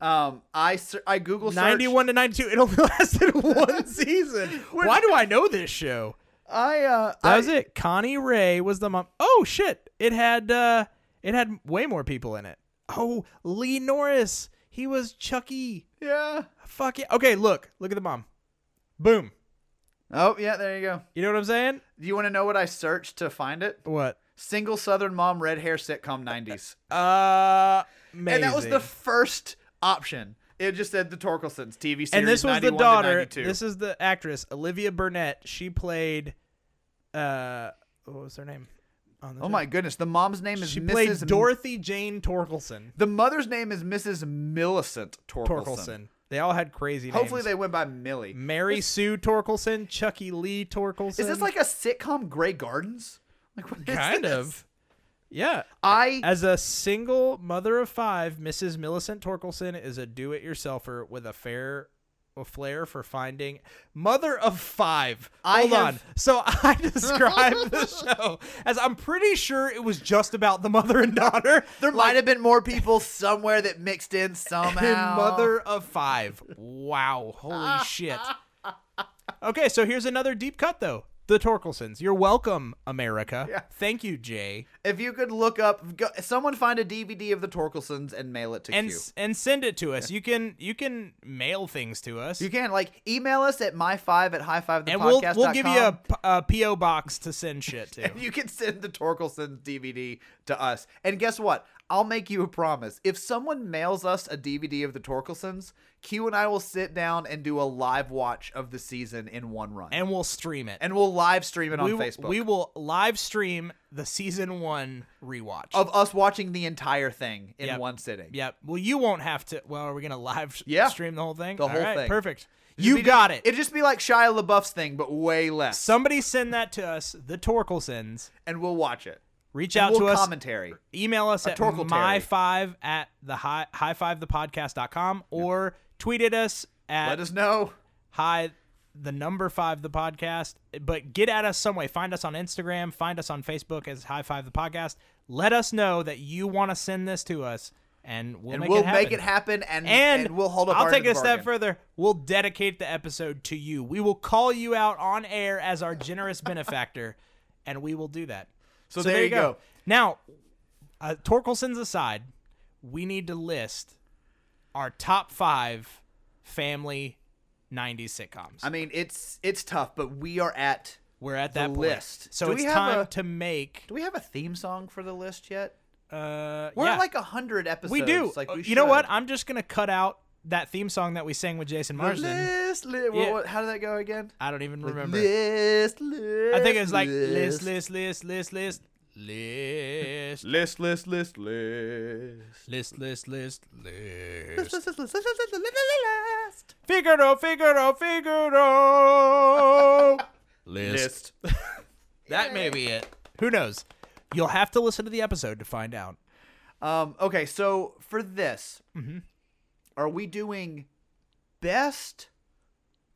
Speaker 5: Um, I ser- I Google searched.
Speaker 4: 91 to 92 it only lasted one season why do i know this show
Speaker 5: I uh.
Speaker 4: that
Speaker 5: I,
Speaker 4: was it connie ray was the mom oh shit it had uh it had way more people in it oh lee norris he was chucky
Speaker 5: Yeah.
Speaker 4: fuck it okay look look at the mom boom
Speaker 5: Oh yeah, there you go.
Speaker 4: you know what i'm saying
Speaker 5: Do you want to know what I searched to find it?
Speaker 4: what
Speaker 5: single Southern mom, red hair sitcom '90s,
Speaker 4: Uh, amazing.
Speaker 5: and that was the first option. It just said the Torkelsons TV series.
Speaker 4: and this was the
Speaker 5: 91 to
Speaker 4: daughter.
Speaker 5: 92.
Speaker 4: This is the actress Olivia Burnett. She played, uh, what was her name? On the
Speaker 5: Oh
Speaker 4: show?
Speaker 5: my goodness, the mom's name is
Speaker 4: She
Speaker 5: Mrs.
Speaker 4: played
Speaker 5: M-
Speaker 4: Dorothy Jane Torkelson.
Speaker 5: The mother's name is Mrs. Millicent Torkelson.
Speaker 4: Torkelson. They all had crazy names.
Speaker 5: Hopefully, they went by Millie.
Speaker 4: Mary Sue Torkelson, Chucky Lee Torkelson.
Speaker 5: Is this like a sitcom, Grey Gardens? Like what is
Speaker 4: kind
Speaker 5: this?
Speaker 4: of? Yeah.
Speaker 5: I
Speaker 4: As a single mother of five, Mrs. Millicent Torkelson is a do-it-yourselfer with a fair a flair for finding mother of five.
Speaker 5: I
Speaker 4: Hold
Speaker 5: have-
Speaker 4: on. So I described the show as I'm pretty sure it was just about the mother and daughter.
Speaker 5: there might have been more people somewhere that mixed in somehow.
Speaker 4: Mother of five. Wow. Holy shit. Okay, so here's another deep cut though. The Torkelsons. You're welcome, America.
Speaker 5: Yeah.
Speaker 4: Thank you, Jay.
Speaker 5: If you could look up, go, someone find a DVD of the Torkelsons and mail it to
Speaker 4: And
Speaker 5: Q.
Speaker 4: s- and send it to us. You can you can mail things to us.
Speaker 5: You can like email us at my five at high five the
Speaker 4: and we'll we'll give you a, p- a PO box to send shit to.
Speaker 5: You can send the Torkelsons DVD to us. And guess what? I'll make you a promise. If someone mails us a DVD of the Torkelsons, Q and I will sit down and do a live watch of the season in one run.
Speaker 4: and we'll stream it.
Speaker 5: and we'll live stream it on
Speaker 4: we, will-
Speaker 5: Facebook.
Speaker 4: we will live stream the season one rewatch.
Speaker 5: of us watching the entire thing in
Speaker 4: Yep.
Speaker 5: one sitting.
Speaker 4: yep. Well, you won't have to. Well, are we gonna live s-
Speaker 5: Yeah.
Speaker 4: stream the whole thing?
Speaker 5: The
Speaker 4: All
Speaker 5: whole
Speaker 4: right,
Speaker 5: thing.
Speaker 4: Perfect.
Speaker 5: It'd
Speaker 4: You
Speaker 5: be-
Speaker 4: got it.
Speaker 5: It'd just be like Shia LaBeouf's thing, but way less.
Speaker 4: Somebody send that to us, the Torkelsons.
Speaker 5: and we'll watch it.
Speaker 4: Reach
Speaker 5: And
Speaker 4: out
Speaker 5: we'll
Speaker 4: to us.
Speaker 5: commentary.
Speaker 4: Email us at
Speaker 5: Torkelterry.
Speaker 4: my five at the high high five the podcast.com or tweet at us at
Speaker 5: Let us know.
Speaker 4: hi the number five the podcast but get at us some way find us on instagram find us on facebook as high five the podcast let us know that you want to send this to us and we'll,
Speaker 5: And
Speaker 4: make,
Speaker 5: we'll
Speaker 4: it
Speaker 5: make it happen and,
Speaker 4: and,
Speaker 5: we'll hold up
Speaker 4: i'll
Speaker 5: our
Speaker 4: take
Speaker 5: end
Speaker 4: it a
Speaker 5: of the
Speaker 4: step
Speaker 5: bargain.
Speaker 4: further we'll dedicate the episode to you we will call you out on air as our generous benefactor and we will do that so,
Speaker 5: there you go.
Speaker 4: now uh, torkelson's aside we need to list our top five family 90s sitcoms
Speaker 5: I mean, it's it's tough, but we are at.
Speaker 4: we're at
Speaker 5: the
Speaker 4: that point.
Speaker 5: list.
Speaker 4: So
Speaker 5: Do
Speaker 4: it's
Speaker 5: we have
Speaker 4: time
Speaker 5: a-
Speaker 4: to make.
Speaker 5: Do we have a theme song for the list yet?
Speaker 4: Uh,
Speaker 5: We're
Speaker 4: yeah.
Speaker 5: at like a hundred episodes.
Speaker 4: we do.
Speaker 5: Like
Speaker 4: Uh,
Speaker 5: we
Speaker 4: you know what?
Speaker 5: should.
Speaker 4: I'm just gonna cut out that theme song that we sang with Jason Marsden.
Speaker 5: List, li- what-
Speaker 4: Yeah.
Speaker 5: what- how did that go again?
Speaker 4: I don't even remember.
Speaker 5: List, list.
Speaker 4: I think it was like list,
Speaker 5: list,
Speaker 4: list, list, list, list, list,
Speaker 5: list, list, list, list.
Speaker 4: list, list, list, list.
Speaker 5: List, list, list, list, list, list, list.
Speaker 4: Figaro, Figaro, Figaro. List.
Speaker 5: List.
Speaker 4: That may be it. Who knows? You'll have to listen to the episode to find out.
Speaker 5: Um, okay, so for this,
Speaker 4: Mm-hmm.
Speaker 5: are we doing best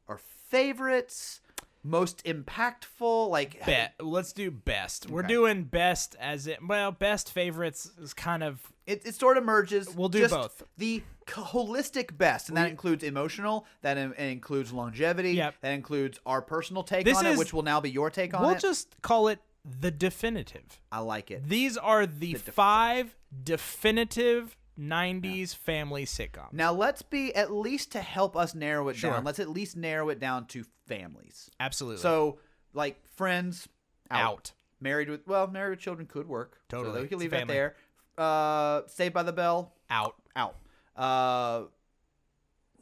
Speaker 5: or favorites, most impactful? Like,
Speaker 4: Bet. Let's do best. We're
Speaker 5: Okay.
Speaker 4: doing best as it. Well, best favorites is kind of
Speaker 5: it, it sort of merges.
Speaker 4: We'll do
Speaker 5: just
Speaker 4: both.
Speaker 5: The c- holistic best, and that includes emotional, that in, includes longevity,
Speaker 4: Yep.
Speaker 5: that includes our personal take
Speaker 4: This
Speaker 5: on
Speaker 4: is-
Speaker 5: it, which will now be your take on
Speaker 4: We'll
Speaker 5: it.
Speaker 4: just call it the definitive.
Speaker 5: I like it.
Speaker 4: These are the,
Speaker 5: definitive.
Speaker 4: five definitive 90s family sitcoms.
Speaker 5: Now let's be at least to help us narrow it
Speaker 4: Sure.
Speaker 5: down. Let's at least narrow it down to families.
Speaker 4: Absolutely.
Speaker 5: So, like friends
Speaker 4: out.
Speaker 5: out. Married with well, married with children could work.
Speaker 4: Totally.
Speaker 5: So we
Speaker 4: It's
Speaker 5: can leave
Speaker 4: a
Speaker 5: that
Speaker 4: family.
Speaker 5: there. Uh Saved by the Bell,
Speaker 4: Out.
Speaker 5: out. Uh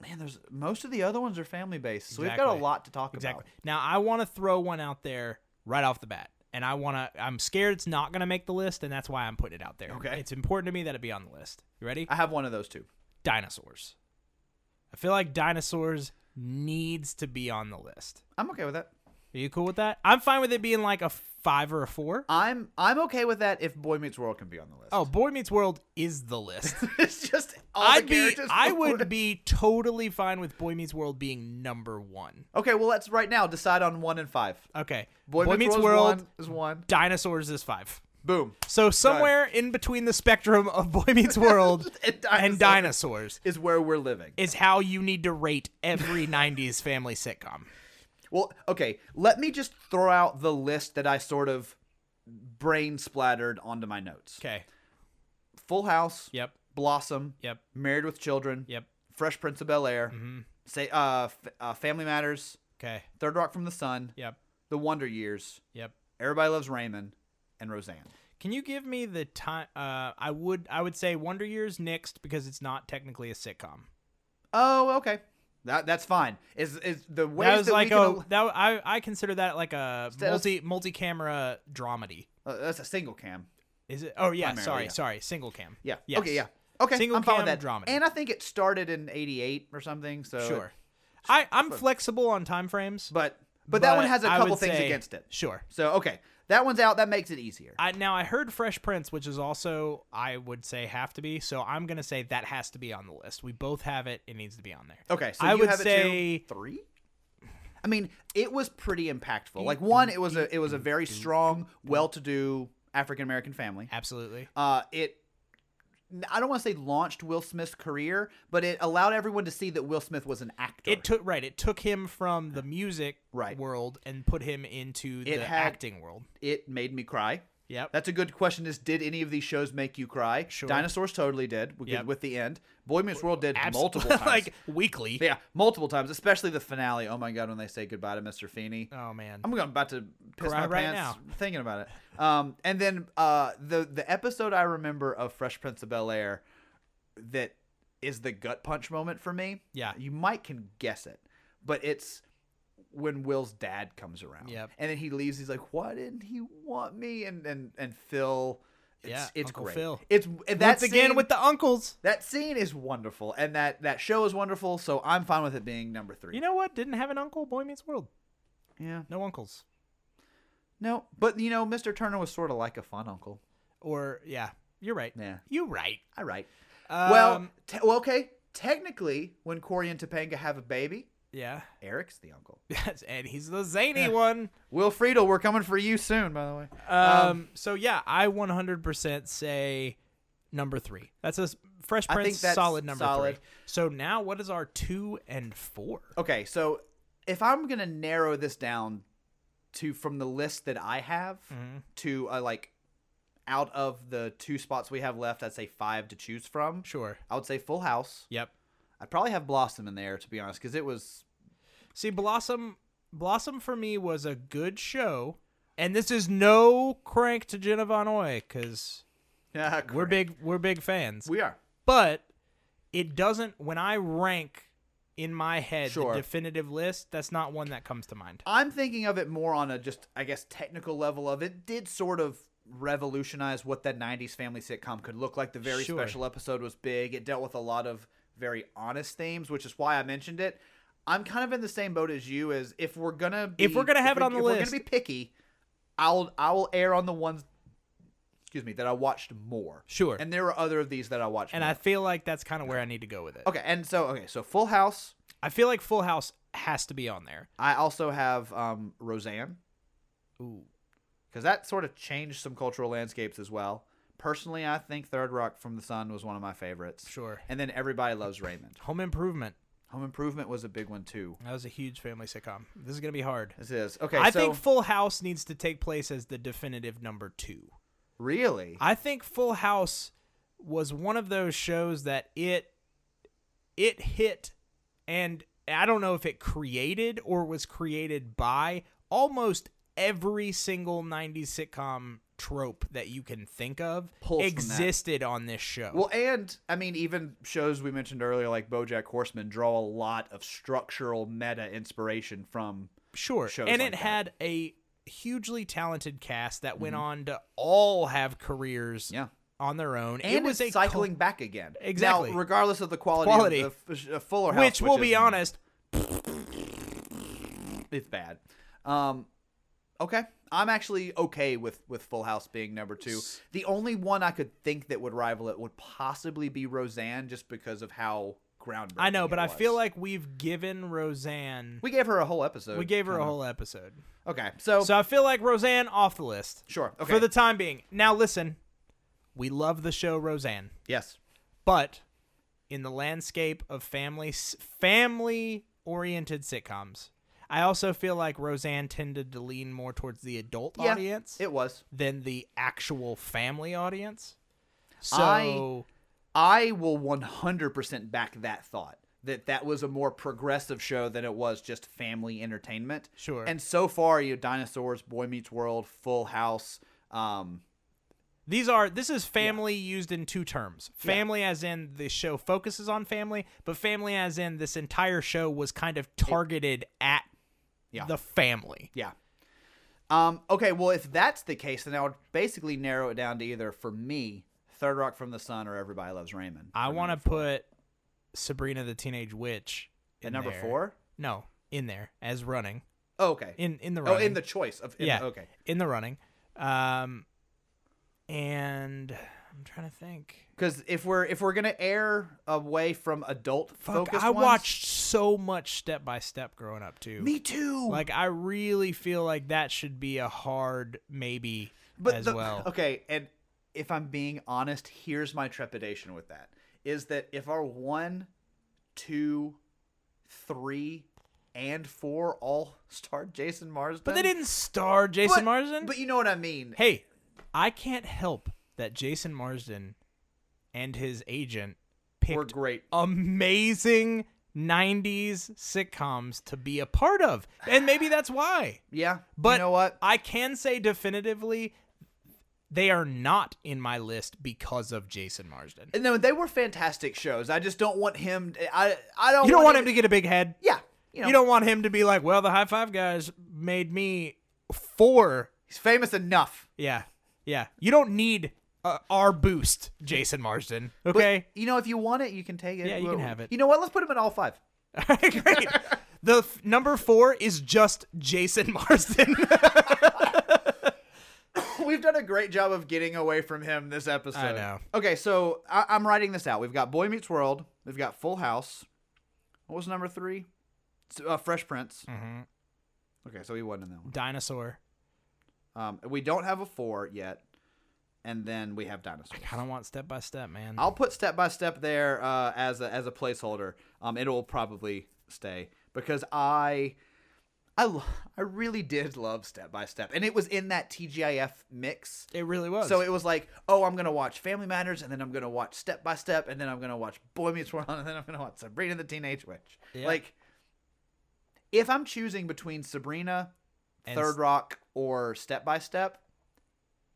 Speaker 5: man, there's most of the other ones are family based. So we've got
Speaker 4: Exactly.
Speaker 5: a lot to talk
Speaker 4: Exactly.
Speaker 5: about.
Speaker 4: Now, I want to throw one out there right off the bat. And I want to, I'm scared it's not going to make the list, and that's why I'm putting it out there.
Speaker 5: Okay.
Speaker 4: It's important to me that it be on the list. You ready?
Speaker 5: I have one of those two.
Speaker 4: dinosaurs. I feel like dinosaurs needs to be on the list.
Speaker 5: I'm okay with that.
Speaker 4: Are you cool with that? I'm fine with it being like a five or a four.
Speaker 5: I'm I'm okay with that if Boy Meets World can be on the list.
Speaker 4: Oh, Boy Meets World is the list.
Speaker 5: it's just all the
Speaker 4: I'd be,
Speaker 5: characters
Speaker 4: I
Speaker 5: from
Speaker 4: would
Speaker 5: Boy-
Speaker 4: be totally fine with Boy Meets World being number one.
Speaker 5: Okay, well let's right now decide on one and five.
Speaker 4: Okay,
Speaker 5: Boy, Meets, World is one.
Speaker 4: dinosaurs is five.
Speaker 5: Boom.
Speaker 4: So somewhere in between the spectrum of Boy Meets World
Speaker 5: And
Speaker 4: and dinosaurs
Speaker 5: Is where we're living.
Speaker 4: is how you need to rate every '90s family sitcom.
Speaker 5: Well, okay, let me just throw out the list that I sort of brain splattered onto my notes.
Speaker 4: Okay.
Speaker 5: Full House,
Speaker 4: Yep.
Speaker 5: Blossom,
Speaker 4: Yep.
Speaker 5: Married with Children,
Speaker 4: Yep. Mm-hmm.
Speaker 5: Fresh Prince of Bel Air, say uh, F- uh, Family Matters,
Speaker 4: Okay.
Speaker 5: Third Rock from the Sun,
Speaker 4: Yep.
Speaker 5: The Wonder Years,
Speaker 4: Yep.
Speaker 5: Everybody Loves Raymond, and Roseanne.
Speaker 4: Can you give me the time? Uh, I would I would say Wonder Years next because it's not technically a sitcom.
Speaker 5: Oh, okay. That that's fine. Is is the ways
Speaker 4: that was
Speaker 5: that
Speaker 4: like
Speaker 5: we can
Speaker 4: a
Speaker 5: al-
Speaker 4: that I I consider that like a
Speaker 5: Sta-
Speaker 4: multi multi camera dramedy.
Speaker 5: uh, that's a single cam.
Speaker 4: Is it? Oh yeah,
Speaker 5: Primarily,
Speaker 4: sorry,
Speaker 5: yeah.
Speaker 4: sorry, single cam.
Speaker 5: Yeah.
Speaker 4: Yes.
Speaker 5: Okay. Yeah. Okay.
Speaker 4: Single
Speaker 5: I'm fine
Speaker 4: cam
Speaker 5: with that.
Speaker 4: dramedy.
Speaker 5: And I think it started in '88 or something. So it-
Speaker 4: Sure. I I'm flexible on time frames,
Speaker 5: but but that one has a
Speaker 4: I
Speaker 5: couple
Speaker 4: would
Speaker 5: things
Speaker 4: say-
Speaker 5: against it.
Speaker 4: Sure.
Speaker 5: So okay, that one's out. That makes it easier.
Speaker 4: I, now I heard Fresh Prince, which is also I would say have to be. So I'm gonna say that has to be on the list. We both have it. It needs to be on there.
Speaker 5: okay. So
Speaker 4: I
Speaker 5: you
Speaker 4: would
Speaker 5: have
Speaker 4: say
Speaker 5: it too? three. I mean, it was pretty impactful. Like one, it was a it was a very strong, well-to-do African American family.
Speaker 4: absolutely.
Speaker 5: Uh, it I don't want to say launched Will Smith's career, but it allowed everyone to see that Will Smith was an actor.
Speaker 4: It took right. It took him from the music
Speaker 5: Right.
Speaker 4: world and put him into the
Speaker 5: It had-
Speaker 4: acting world.
Speaker 5: it made me cry.
Speaker 4: Yep.
Speaker 5: That's a good question. Is did any of these shows make you cry?
Speaker 4: Sure.
Speaker 5: Dinosaurs totally did. We
Speaker 4: Yep.
Speaker 5: with the end. Boy Meets World did
Speaker 4: Abs-
Speaker 5: multiple times.
Speaker 4: like weekly.
Speaker 5: yeah, multiple times, especially the finale. Oh my god, when they say goodbye to Mr. Feeney.
Speaker 4: Oh man.
Speaker 5: I'm going about to piss
Speaker 4: Cry
Speaker 5: my
Speaker 4: right
Speaker 5: pants thinking about it. Um, and then uh, the the episode I remember of Fresh Prince of Bel Air that is the gut punch moment for me.
Speaker 4: Yeah.
Speaker 5: you might can guess it, but it's when Will's dad comes around.
Speaker 4: Yep.
Speaker 5: and then he leaves. He's like, "Why didn't he want me?" And and and Phil. It's,
Speaker 4: Yeah,
Speaker 5: it's
Speaker 4: Uncle
Speaker 5: great.
Speaker 4: Phil.
Speaker 5: It's
Speaker 4: Once
Speaker 5: that's
Speaker 4: again with the uncles.
Speaker 5: that scene is wonderful, and that that show is wonderful. So I'm fine with it being number three.
Speaker 4: You know what? Didn't have an uncle. Boy Meets World.
Speaker 5: yeah,
Speaker 4: No uncles.
Speaker 5: no, but you know, Mr. Turner was sort of like a fun uncle.
Speaker 4: Or yeah, you're right.
Speaker 5: Yeah.
Speaker 4: You're right.
Speaker 5: I right. well,
Speaker 4: Um,
Speaker 5: te- well, okay. Technically, when Corey and Topanga have a baby,
Speaker 4: yeah.
Speaker 5: Eric's the uncle.
Speaker 4: Yes, and he's the zany one.
Speaker 5: Will Friedel, we're coming for you soon, by the way.
Speaker 4: Um, so yeah, I 100% say number three. That's a s- Fresh
Speaker 5: I think
Speaker 4: Prince
Speaker 5: that's
Speaker 4: solid number
Speaker 5: solid.
Speaker 4: three. So now what is our two and four?
Speaker 5: Okay, so if I'm gonna narrow this down to from the list that I have
Speaker 4: Mm-hmm.
Speaker 5: to uh, like out of the two spots we have left, I'd say five to choose from.
Speaker 4: Sure.
Speaker 5: I would say Full House.
Speaker 4: Yep.
Speaker 5: I'd probably have Blossom in there to be honest, because it was
Speaker 4: See, Blossom, Blossom for me was a good show, and this is no crank to Jenna Von Oy because
Speaker 5: yeah
Speaker 4: we're big, we're big fans.
Speaker 5: We are.
Speaker 4: but it doesn't. When I rank in my head
Speaker 5: Sure.
Speaker 4: the definitive list, that's not one that comes to mind.
Speaker 5: I'm thinking of it more on a just, I guess, technical level of it did sort of revolutionize what that 90s family sitcom could look like. The very
Speaker 4: Sure.
Speaker 5: special episode was big. It dealt with a lot of very honest themes, which is why I mentioned it. I'm kind of in the same boat as you as if we're gonna be,
Speaker 4: If we're gonna have it
Speaker 5: we-
Speaker 4: on the
Speaker 5: if we're
Speaker 4: list.
Speaker 5: gonna be picky, I'll I will err on the ones excuse me that I watched more.
Speaker 4: Sure.
Speaker 5: And there are other of these that I watched.
Speaker 4: And
Speaker 5: more.
Speaker 4: I feel like that's kind of where I need to go with it.
Speaker 5: okay, and so okay, so Full House.
Speaker 4: I feel like Full House has to be on there.
Speaker 5: I also have um, Roseanne. Ooh. Because that sort of changed some cultural landscapes as well. Personally, I think Third Rock from the Sun was one of my favorites.
Speaker 4: Sure.
Speaker 5: And then Everybody Loves Raymond.
Speaker 4: Home Improvement.
Speaker 5: Home Improvement was a big one too.
Speaker 4: That was a huge family sitcom. This is gonna be hard.
Speaker 5: This is okay.
Speaker 4: I
Speaker 5: so,
Speaker 4: think Full House needs to take place as the definitive number two.
Speaker 5: really.
Speaker 4: I think Full House was one of those shows that it it hit and I don't know if it created or was created by almost every single 90s sitcom trope that you can think of
Speaker 5: Pulls from that.
Speaker 4: existed on this show.
Speaker 5: Well, and I mean, even shows we mentioned earlier, like BoJack Horseman, draw a lot of structural meta inspiration from.
Speaker 4: sure
Speaker 5: shows
Speaker 4: and
Speaker 5: like
Speaker 4: it
Speaker 5: that.
Speaker 4: had a hugely talented cast that went on to all have careers
Speaker 5: Mm-hmm. Yeah.
Speaker 4: on their own
Speaker 5: And
Speaker 4: it was
Speaker 5: it's
Speaker 4: a
Speaker 5: cycling
Speaker 4: cul-
Speaker 5: back again.
Speaker 4: Exactly.
Speaker 5: Now, regardless of the quality,
Speaker 4: Quality.
Speaker 5: of the f- uh, Fuller House,
Speaker 4: which, we'll be
Speaker 5: is-
Speaker 4: honest
Speaker 5: it's bad. Um, okay, I'm actually okay with with Full House being number two. The only one I could think that would rival it would possibly be Roseanne, just because of how groundbreaking.
Speaker 4: i know but
Speaker 5: it
Speaker 4: i feel
Speaker 5: was.
Speaker 4: like we've given roseanne we,
Speaker 5: we Uh-huh. gave her a whole episode.
Speaker 4: gave her a
Speaker 5: kinda.
Speaker 4: whole episode
Speaker 5: Okay, so,
Speaker 4: so i feel like roseanne off the list
Speaker 5: sure. Okay,
Speaker 4: for the time being now listen we love the show roseanne
Speaker 5: yes,
Speaker 4: but in the landscape of family family oriented sitcoms i also feel like roseanne tended to lean more towards the adult
Speaker 5: Yeah,
Speaker 4: audience
Speaker 5: it was.
Speaker 4: than the actual family audience so
Speaker 5: I- I will 100% back that thought that that was a more progressive show than it was just family entertainment.
Speaker 4: Sure.
Speaker 5: And so far, you know, dinosaurs, Boy Meets World, Full House, um,
Speaker 4: These are this is family used in two terms. Family as in the show focuses on family, but family as in this entire show was kind of targeted at
Speaker 5: Yeah.
Speaker 4: the family.
Speaker 5: Yeah. Um, okay, well, if that's the case, then I would basically narrow it down to either for me, Third Rock from the Sun, or Everybody Loves Raymond.
Speaker 4: I want to put Sabrina the Teenage Witch in
Speaker 5: At number
Speaker 4: there.
Speaker 5: four?
Speaker 4: No, in there as running
Speaker 5: Oh, okay.
Speaker 4: in in the
Speaker 5: oh,
Speaker 4: running.
Speaker 5: in the choice of. In
Speaker 4: yeah.
Speaker 5: The, okay.
Speaker 4: in the running. Um, and I'm trying to think.
Speaker 5: Because if we're if we're gonna err away from adult
Speaker 4: Fuck,
Speaker 5: focus,
Speaker 4: I watched so much step by step growing up too.
Speaker 5: Me too.
Speaker 4: Like I really feel like that should be a hard maybe
Speaker 5: but
Speaker 4: as
Speaker 5: the-
Speaker 4: well.
Speaker 5: Okay, and if I'm being honest, here's my trepidation with that is that if our one, two, three, and four all starred Jason Marsden,
Speaker 4: But they didn't star Jason
Speaker 5: but-
Speaker 4: Marsden.
Speaker 5: But you know what I mean.
Speaker 4: hey, I can't help that Jason Marsden and his agent
Speaker 5: we're
Speaker 4: picked
Speaker 5: great.
Speaker 4: amazing 90s sitcoms to be a part of. And maybe that's why.
Speaker 5: Yeah,
Speaker 4: But
Speaker 5: you know what?
Speaker 4: I can say definitively they are not in my list because of Jason Marsden.
Speaker 5: No, they were fantastic shows. I just don't want him. I I don't.
Speaker 4: You don't want him
Speaker 5: any-
Speaker 4: to get a big head.
Speaker 5: Yeah, you
Speaker 4: You,
Speaker 5: know.
Speaker 4: don't want him to be like, well, the high five guys made me four.
Speaker 5: He's famous enough.
Speaker 4: Yeah. Yeah. You don't need uh, our boost, Jason Marsden.
Speaker 5: But,
Speaker 4: Okay.
Speaker 5: you know, if you want it, you can take it.
Speaker 4: Yeah, you can
Speaker 5: Well,
Speaker 4: have it.
Speaker 5: You know what? Let's put him in all five.
Speaker 4: All right, great. The f- number four is just Jason Marsden.
Speaker 5: We've done a great job of getting away from him this episode.
Speaker 4: I know.
Speaker 5: Okay, so I- I'm writing this out. We've got Boy Meets World. We've got Full House. What was number three? S- Uh, Fresh Prince.
Speaker 4: Mhm.
Speaker 5: Okay, so he wasn't in that one.
Speaker 4: Dinosaur.
Speaker 5: Um, we don't have a four yet, and then we have Dinosaurs.
Speaker 4: I don't want step by step, man.
Speaker 5: Mm-hmm. I'll put step by step there uh, as a, as a placeholder. Um, it will probably stay because I, I, lo- I really did love step by step, and it was in that TGIF mix.
Speaker 4: it really was.
Speaker 5: So it was like, oh, I'm gonna watch Family Matters, and then I'm gonna watch Step by Step, and then I'm gonna watch Boy Meets World, and then I'm gonna watch Sabrina the Teenage Witch.
Speaker 4: Yeah.
Speaker 5: Like, if I'm choosing between Sabrina,
Speaker 4: And
Speaker 5: Third
Speaker 4: s-
Speaker 5: Rock, or Step by Step,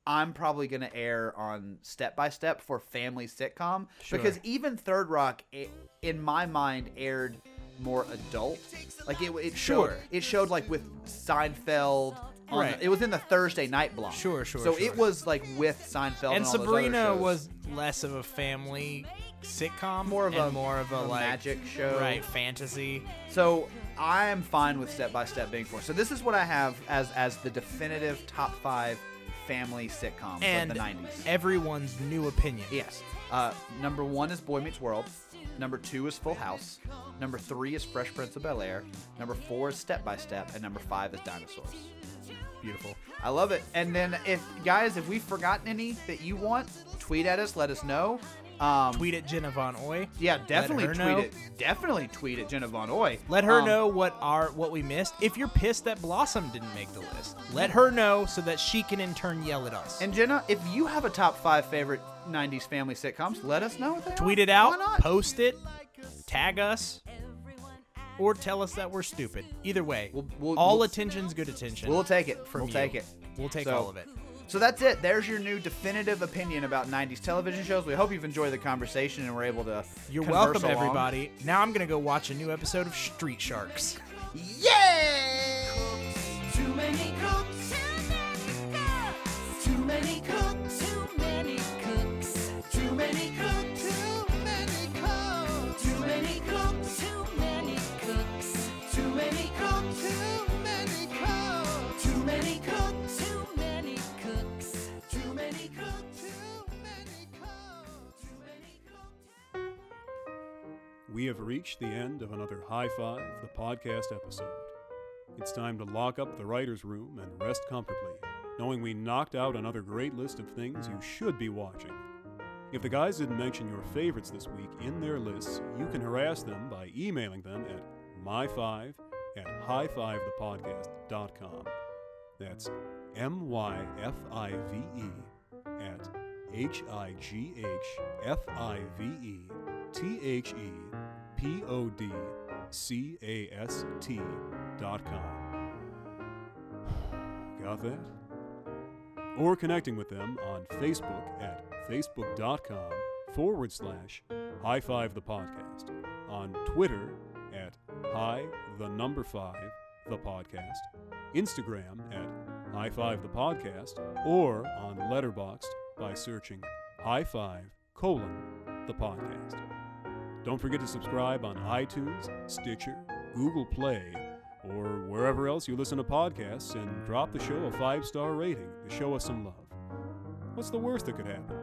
Speaker 5: I'm probably gonna err on Step by Step for family sitcom because
Speaker 4: Sure.
Speaker 5: even Third Rock, i in my mind, aired more adult. Like it, it
Speaker 4: Sure.
Speaker 5: showed, it showed like with Seinfeld. on
Speaker 4: Right.
Speaker 5: the- it was in the Thursday night block.
Speaker 4: Sure, sure,
Speaker 5: So
Speaker 4: sure.
Speaker 5: it was like with Seinfeld and,
Speaker 4: and
Speaker 5: all those other
Speaker 4: Sabrina
Speaker 5: shows.
Speaker 4: was less of a family sitcom,
Speaker 5: More of
Speaker 4: and
Speaker 5: a-
Speaker 4: more of a,
Speaker 5: a
Speaker 4: like
Speaker 5: magic show.
Speaker 4: right? Fantasy.
Speaker 5: So I am fine with step by step being four. So this is what I have as as the definitive top five family sitcoms
Speaker 4: and
Speaker 5: of the '90s.
Speaker 4: everyone's new opinion.
Speaker 5: yes. Uh, number one is Boy Meets World. Number two is Full House. Number three is Fresh Prince of Bel Air. Number four is Step by Step, and number five is Dinosaurs.
Speaker 4: Beautiful.
Speaker 5: I love it. And then if guys, if we've forgotten any that you want, tweet at us. Let us know. Um,
Speaker 4: Tweet at Jenna Von Oy.
Speaker 5: Yeah, definitely
Speaker 4: her
Speaker 5: tweet
Speaker 4: know.
Speaker 5: it. Definitely tweet at Jenna Von Oy.
Speaker 4: Let her
Speaker 5: Um,
Speaker 4: know what our what we missed. If you're pissed that Blossom didn't make the list, let her know so that she can in turn yell at us.
Speaker 5: And Jenna, if you have a top five favorite '90s family sitcoms, let us know. What they
Speaker 4: tweet
Speaker 5: are.
Speaker 4: it out,
Speaker 5: Why not?
Speaker 4: post it, tag us, or tell us that we're stupid. Either way,
Speaker 5: We'll- we'll-
Speaker 4: all
Speaker 5: we'll-
Speaker 4: attention's good attention.
Speaker 5: we'll take it. From we'll
Speaker 4: you.
Speaker 5: take it.
Speaker 4: We'll take
Speaker 5: So-
Speaker 4: all of it.
Speaker 5: So that's it. There's your new definitive opinion about '90s television shows. We hope you've enjoyed the conversation and we're able to.
Speaker 4: You're
Speaker 5: converse
Speaker 4: welcome,
Speaker 5: along.
Speaker 4: everybody. Now I'm gonna go watch a new episode of Street Sharks.
Speaker 5: Yay!
Speaker 7: Too many cooks. Too many cooks. Too many cooks. Too many cooks. Too many cooks. Too many cooks. Too many cooks. Too many cooks.
Speaker 1: We have reached the end of another High Five, the podcast episode. It's time to lock up the writer's room and rest comfortably, knowing we knocked out another great list of things you should be watching. If the guys didn't mention your favorites this week in their lists, you can harass them by emailing them at my5 at highfivethepodcast.com. That's M Y F I V E at H I G H F I V E T H E P O D C A S T dot com. Got that? or connecting with them on Facebook at facebook.com forward slash high five the podcast, on Twitter at high the number five the podcast, Instagram at high five the podcast, or on Letterboxd by searching high five colon the podcast. Don't forget to subscribe on iTunes, Stitcher, Google Play, or wherever else you listen to podcasts and drop the show a five star rating to show us some love. What's the worst that could happen?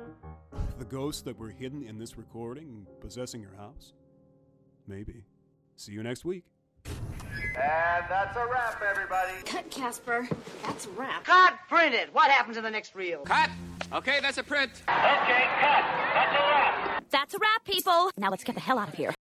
Speaker 1: The ghosts that were hidden in this recording possessing your house? Maybe. See you next week.
Speaker 8: And that's a wrap, everybody.
Speaker 6: Cut, Casper. That's a wrap.
Speaker 9: God print it. What happens in the next reel?
Speaker 10: Cut! Okay, that's a print.
Speaker 8: Okay, cut. That's a wrap.
Speaker 6: That's a wrap, people. Now let's get the hell out of here.